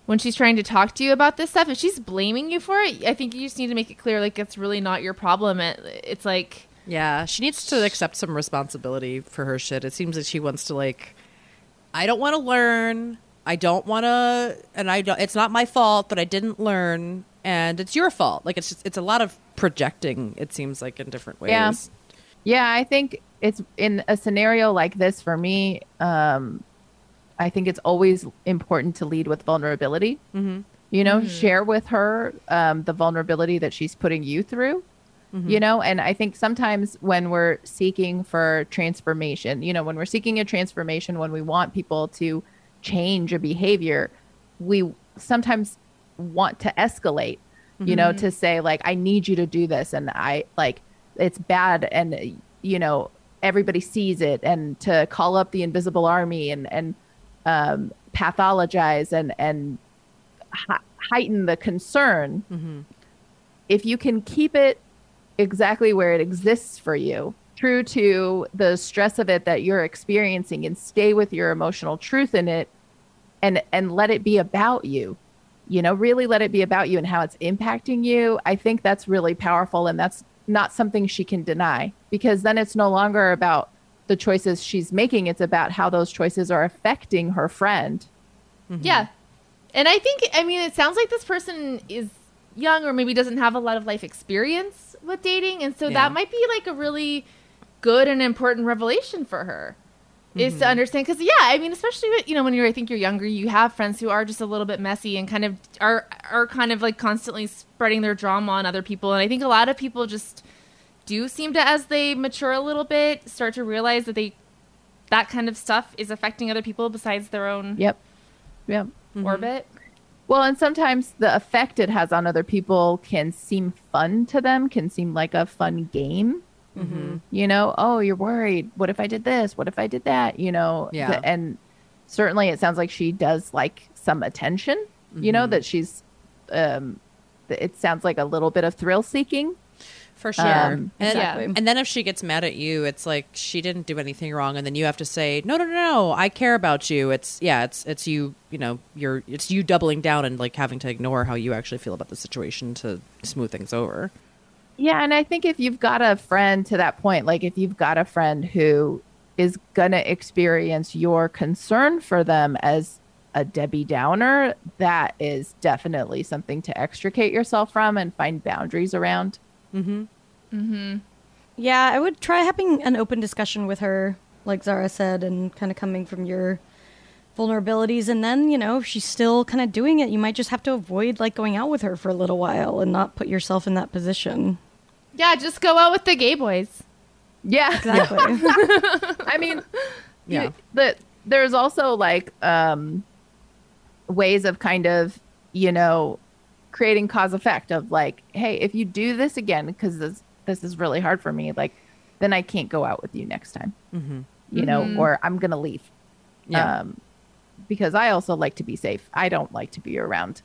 D: when she's trying to talk to you about this stuff. If she's blaming you for it, I think you just need to make it clear like it's really not your problem. It, it's like
C: Yeah, she needs to accept some responsibility for her shit. It seems like she wants to like I don't want to learn. I don't want to and I don't it's not my fault that I didn't learn and it's your fault. Like it's just it's a lot of projecting it seems like in different ways.
F: Yeah. Yeah, I think it's in a scenario like this for me. Um, I think it's always important to lead with vulnerability. Mm-hmm. You know, share with her um, the vulnerability that she's putting you through. You know, and I think sometimes when we're seeking for transformation, you know, when we're seeking a transformation, when we want people to change a behavior, we sometimes want to escalate you know to say like i need you to do this and i like it's bad and you know everybody sees it and to call up the invisible army and and um pathologize and and hei- heighten the concern if you can keep it exactly where it exists for you true to the stress of it that you're experiencing and stay with your emotional truth in it and and let it be about you you know really let it be about you and how it's impacting you i think that's really powerful and that's not something she can deny because then it's no longer about the choices she's making it's about how those choices are affecting her friend
D: yeah. And I think I mean it sounds like this person is young or maybe doesn't have a lot of life experience with dating, and so
C: Yeah.
D: that might be like a really good and important revelation for her. is to understand because yeah i mean especially with, you know when you're i think you're younger you have friends who are just a little bit messy and kind of are are kind of like constantly spreading their drama on other people and i think a lot of people just do seem to as they mature a little bit start to realize that they that kind of stuff is affecting other people besides their own
F: yep yep
D: orbit
F: Well, and sometimes the effect it has on other people can seem fun to them, can seem like a fun game. You know, oh, you're worried. What if I did this? What if I did that? You know,
C: Yeah.
F: and certainly it sounds like she does like some attention, you know, that she's, um, th- it sounds like a little bit of thrill seeking.
C: For sure.
F: Um,
C: and,
D: exactly.
C: and then if she gets mad at you, it's like she didn't do anything wrong and then you have to say, "No, no, no, no. I care about you." It's yeah, it's it's you, you know, you're it's you doubling down and like having to ignore how you actually feel about the situation to smooth things over.
F: Yeah, and I think if you've got a friend to that point, like if you've got a friend who is gonna experience your concern for them as a Debbie Downer, that is definitely something to extricate yourself from and find boundaries around.
B: Yeah, I would try having an open discussion with her, like Zara said, and kind of coming from your vulnerabilities. And then, you know, if she's still kind of doing it, you might just have to avoid like going out with her for a little while and not put yourself in that position.
D: Yeah, just go out with the gay boys.
F: Yeah.
B: <laughs> Exactly.
F: I mean,
C: <laughs> Yeah.
F: the, there's also like um, ways of kind of, you know, creating cause effect of like, hey, if you do this again, because this, this is really hard for me, like, then I can't go out with you next time, you know, or I'm going to leave.
C: Mm-hmm. Yeah.
F: Um, because I also like to be safe. I don't like to be around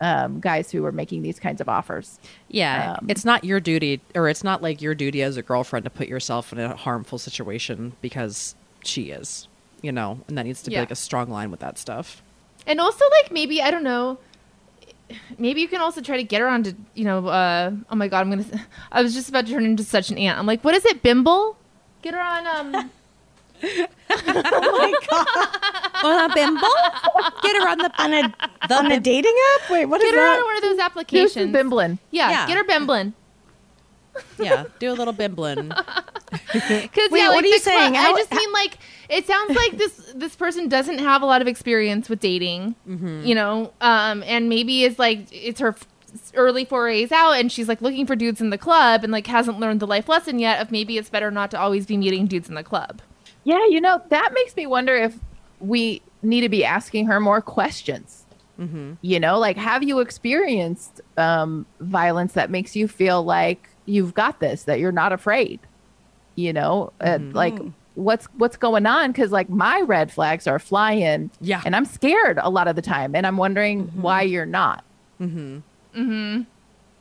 F: um, guys who are making these kinds of offers.
C: Yeah,
F: Um,
C: it's not your duty, or it's not like your duty as a girlfriend to put yourself in a harmful situation because she is, you know, and that needs to be
D: Yeah.
C: like a strong line with that stuff.
D: And also, like, maybe, I don't know, maybe you can also try to get her on to, you know, uh, oh my God, I'm going to, <laughs> I was just about to turn into such an aunt. I'm like, what is it, Bimble? Get her on, um,
B: on a bimble? Get her on the on a, on a dating app? Wait, what is
D: get her on
B: that?
D: one of those
F: Here's some
D: applications.
F: Bimblin.
D: yeah,
C: Yeah.
D: get her Bimblin.
C: Yeah, do a little bimbling.
D: Because
B: Wait,
D: yeah,
B: what
D: like,
B: are you
D: the cla-
B: saying? How-
D: I just mean like it sounds like this this person doesn't have a lot of experience with dating,
B: Mm-hmm.
D: you know, um, and maybe it's like it's her f- early forays out, and she's like looking for dudes in the club, and like hasn't learned the life lesson yet of maybe it's better not to always be meeting dudes in the club.
F: Yeah, you know, that makes me wonder if we need to be asking her more questions. You know, like, have you experienced um, violence that makes you feel like you've got this, that you're not afraid? You know, uh, like, what's what's going on? Because like my red flags are flying,
C: Yeah.
F: and I'm scared a lot of the time, and I'm wondering why you're not.
C: <laughs>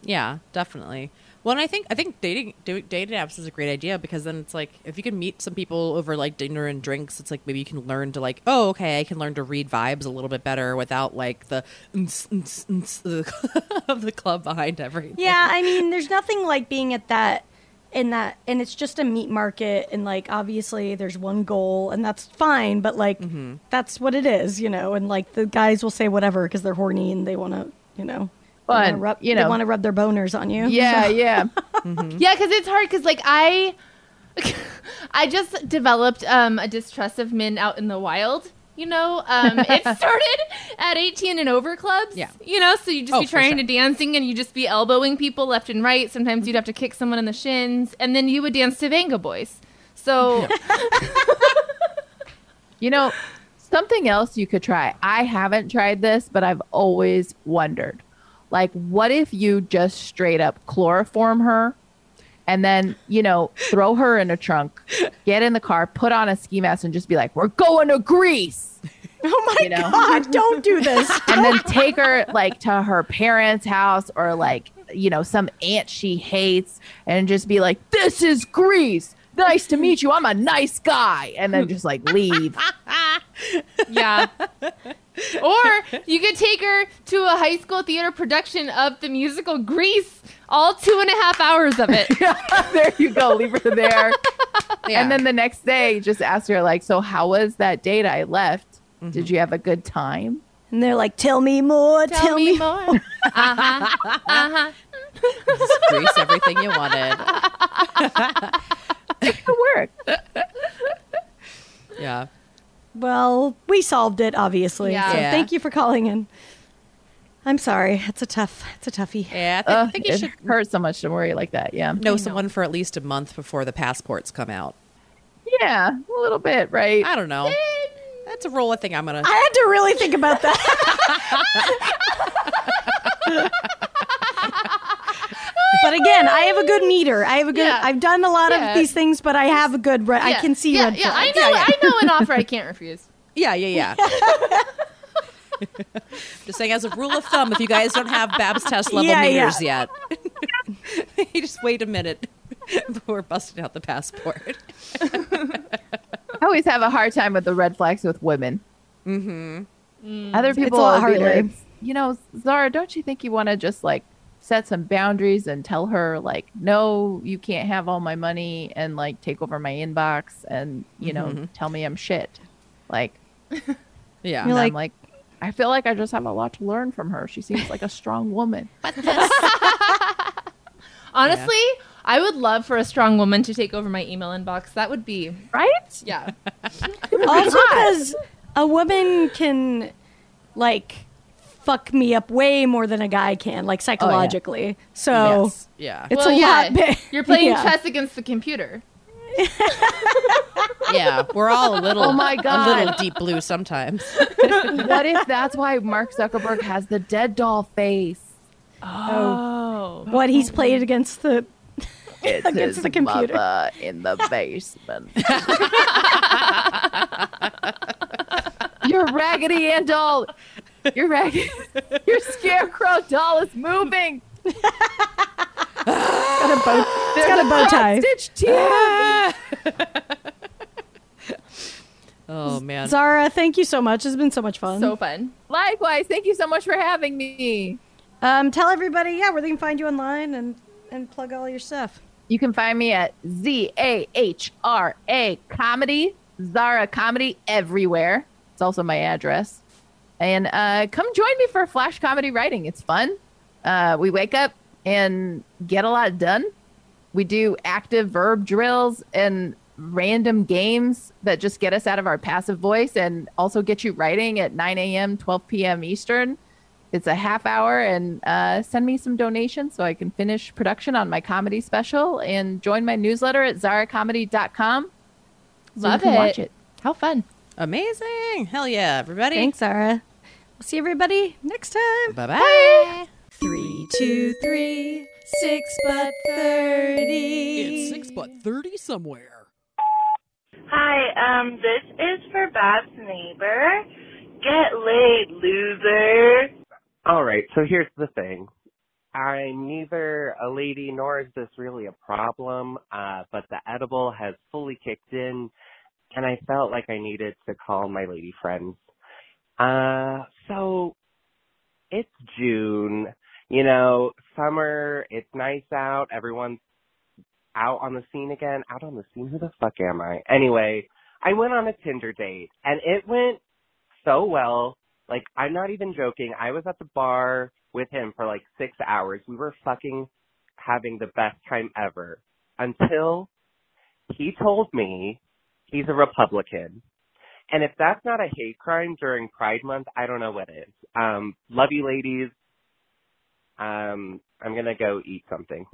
C: Yeah, definitely. Well, and I think I think dating do- dating apps is a great idea because then it's like if you can meet some people over like dinner and drinks, it's like maybe you can learn to like oh okay I can learn to read vibes a little bit better without like the "ns, ns, ns" <laughs> of the club behind everything.
B: Yeah, I mean, there's nothing like being at that in that and it's just a meat market and like obviously there's one goal and that's fine, but like that's what it is, you know, and like the guys will say whatever cuz they're horny and they want to, you know, they
F: Fun,
B: wanna rub,
F: you
B: they
F: know.
B: want to rub their boners on you. <laughs> Oh
F: Yeah, yeah.
D: Yeah, because it's hard. Because like I, <laughs> I just developed um, a distrust of men out in the wild. You know,
C: <laughs>
D: um, it started at 18 and over clubs.
C: Yeah.
D: You know, so you just
C: Oh,
D: be
C: for
D: trying
C: sure. Mm-hmm.
D: to dancing and you just be elbowing people left and right. Sometimes you'd have to kick someone in the shins, and then you would dance to Vanga Boys.
C: <laughs>
D: So
F: You know, something else you could try. I haven't tried this, but I've always wondered. Like, what if you just straight up chloroform her and then, you know, throw her in a trunk, get in the car, put on a ski mask, and just be like, we're going to Greece.
B: Oh my
F: You know?
B: god, don't do <laughs> this.
F: And then take her like to her parents' house or like, you know, some aunt she hates and just be like, this is Greece. Nice to meet you. I'm a nice guy. And then just like leave.
D: yeah. or you could take her to a high school theater production of the musical Grease, all two and a half hours
C: <laughs>
D: of it.
F: <laughs> there you go. Leave her there.
C: Yeah.
F: And then the next day, just ask her, like, so how was that date I left?
C: Mm-hmm.
F: Did you have a good time?
B: And they're like, "Tell me more, tell,
D: Tell
B: me,
D: me more. Uh huh. Uh huh.
C: Just grease everything you wanted.
F: It <laughs> worked.
C: Yeah.
B: Well, we solved it obviously.
D: Yeah.
B: So
C: Yeah.
B: thank you for calling in. I'm sorry. It's a tough it's a toughie.
C: Yeah, I, thi-
F: Ugh,
C: I think you
F: it
C: should know,
F: hurt so much to worry like that. Yeah.
C: someone for at least a month before the passports come out.
F: Yeah, a little bit, right?
C: I don't know. That's a rule. I think I'm gonna.
B: I had to really think about that.
D: <laughs>
B: but again, I have a good meter. I have a good.
D: Yeah.
B: I've done a lot
D: Yeah.
B: of these things, but I have a good. Re- I
D: Yeah.
B: can see
D: yeah,
B: red
D: Yeah, I
B: flags.
D: know. I know an offer I can't refuse.
C: Yeah, yeah, yeah. <laughs> just saying, as a rule of thumb, if you guys don't have Babs test level
B: Yeah, yeah.
C: meters yet, <laughs> you just wait a minute before busting out the passport.
F: I always have a hard time with the red flags with women. Mm-hmm. Other people
B: a lot
F: will be
B: harder.
F: like, you know, Zara, don't you think you want to just like set some boundaries and tell her like, no, you can't have all my money and like take over my inbox and you know tell me I'm shit. Like,
C: Yeah.
F: and
B: You're
F: I'm like, I feel like I just have a lot to learn from her. She seems like a strong
B: <laughs>
F: woman.
D: Honestly, I would love for a strong woman to take over my email inbox. That would be
F: Right?
D: yeah.
B: also because a woman can like fuck me up way more than a guy can
D: Oh,
B: like psychologically so
F: oh.
C: Yes. Yeah.
B: it's
D: well,
B: a
D: yeah.
B: lot <laughs> big.
D: You're playing
B: Yeah.
D: chess against the computer.
C: Yeah. We're all a little.
F: Oh my
C: A little
F: God.
C: deep blue sometimes.
F: what if that's why Mark Zuckerberg has the dead doll face?
D: Oh.
B: what he's played against the
F: <laughs> It's
B: Against
F: his
B: the computer.
F: mother in the <laughs> basement. your Raggedy Ann doll, your raggedy, <laughs> your Scarecrow doll is moving.
B: got a bow, it's got a bow
G: <laughs>
B: tie
F: Stitch tears.
C: Oh man.
B: zara thank you so much it's been so much fun
D: So fun.
F: Likewise, thank you so much for having me.
B: um, tell everybody yeah where they can find you online and and plug all your stuff
F: You can find me at Z A H R A Comedy, Zara Comedy everywhere. It's also my address. And uh, come join me for Flash Comedy Writing. It's fun. Uh, we wake up and get a lot done. We do active verb drills and random games that just get us out of our passive voice and also get you writing at 9 a.m., 12 p.m. Eastern. It's a half hour, and uh, send me some donations so I can finish production on my comedy special and join my newsletter at zaracomedy.com. So
D: Love
F: you can watch
D: it.
F: it. How fun.
C: Amazing. Hell yeah, everybody.
B: thanks zara we'll see everybody next time
C: Bye bye.
G: Three, two, three, six, but thirty.
C: six but thirty somewhere.
I: Hi, um, this is for Bob's neighbor. Get laid, loser.
J: All right, so here's the thing. I'm neither a lady nor is this really a problem, uh, but the edible has fully kicked in, and I felt like I needed to call my lady friends. Uh, so it's June, you know, summer, it's nice out, everyone's out on the scene again. Out on the scene? Who the fuck am I? Anyway, I went on a Tinder date, and it went so well. Like, I'm not even joking. I was at the bar with him for like six hours. We were fucking having the best time ever until he told me he's a Republican. And if that's not a hate crime during Pride Month, I don't know what is. Um, love you ladies. Um, I'm gonna go eat something.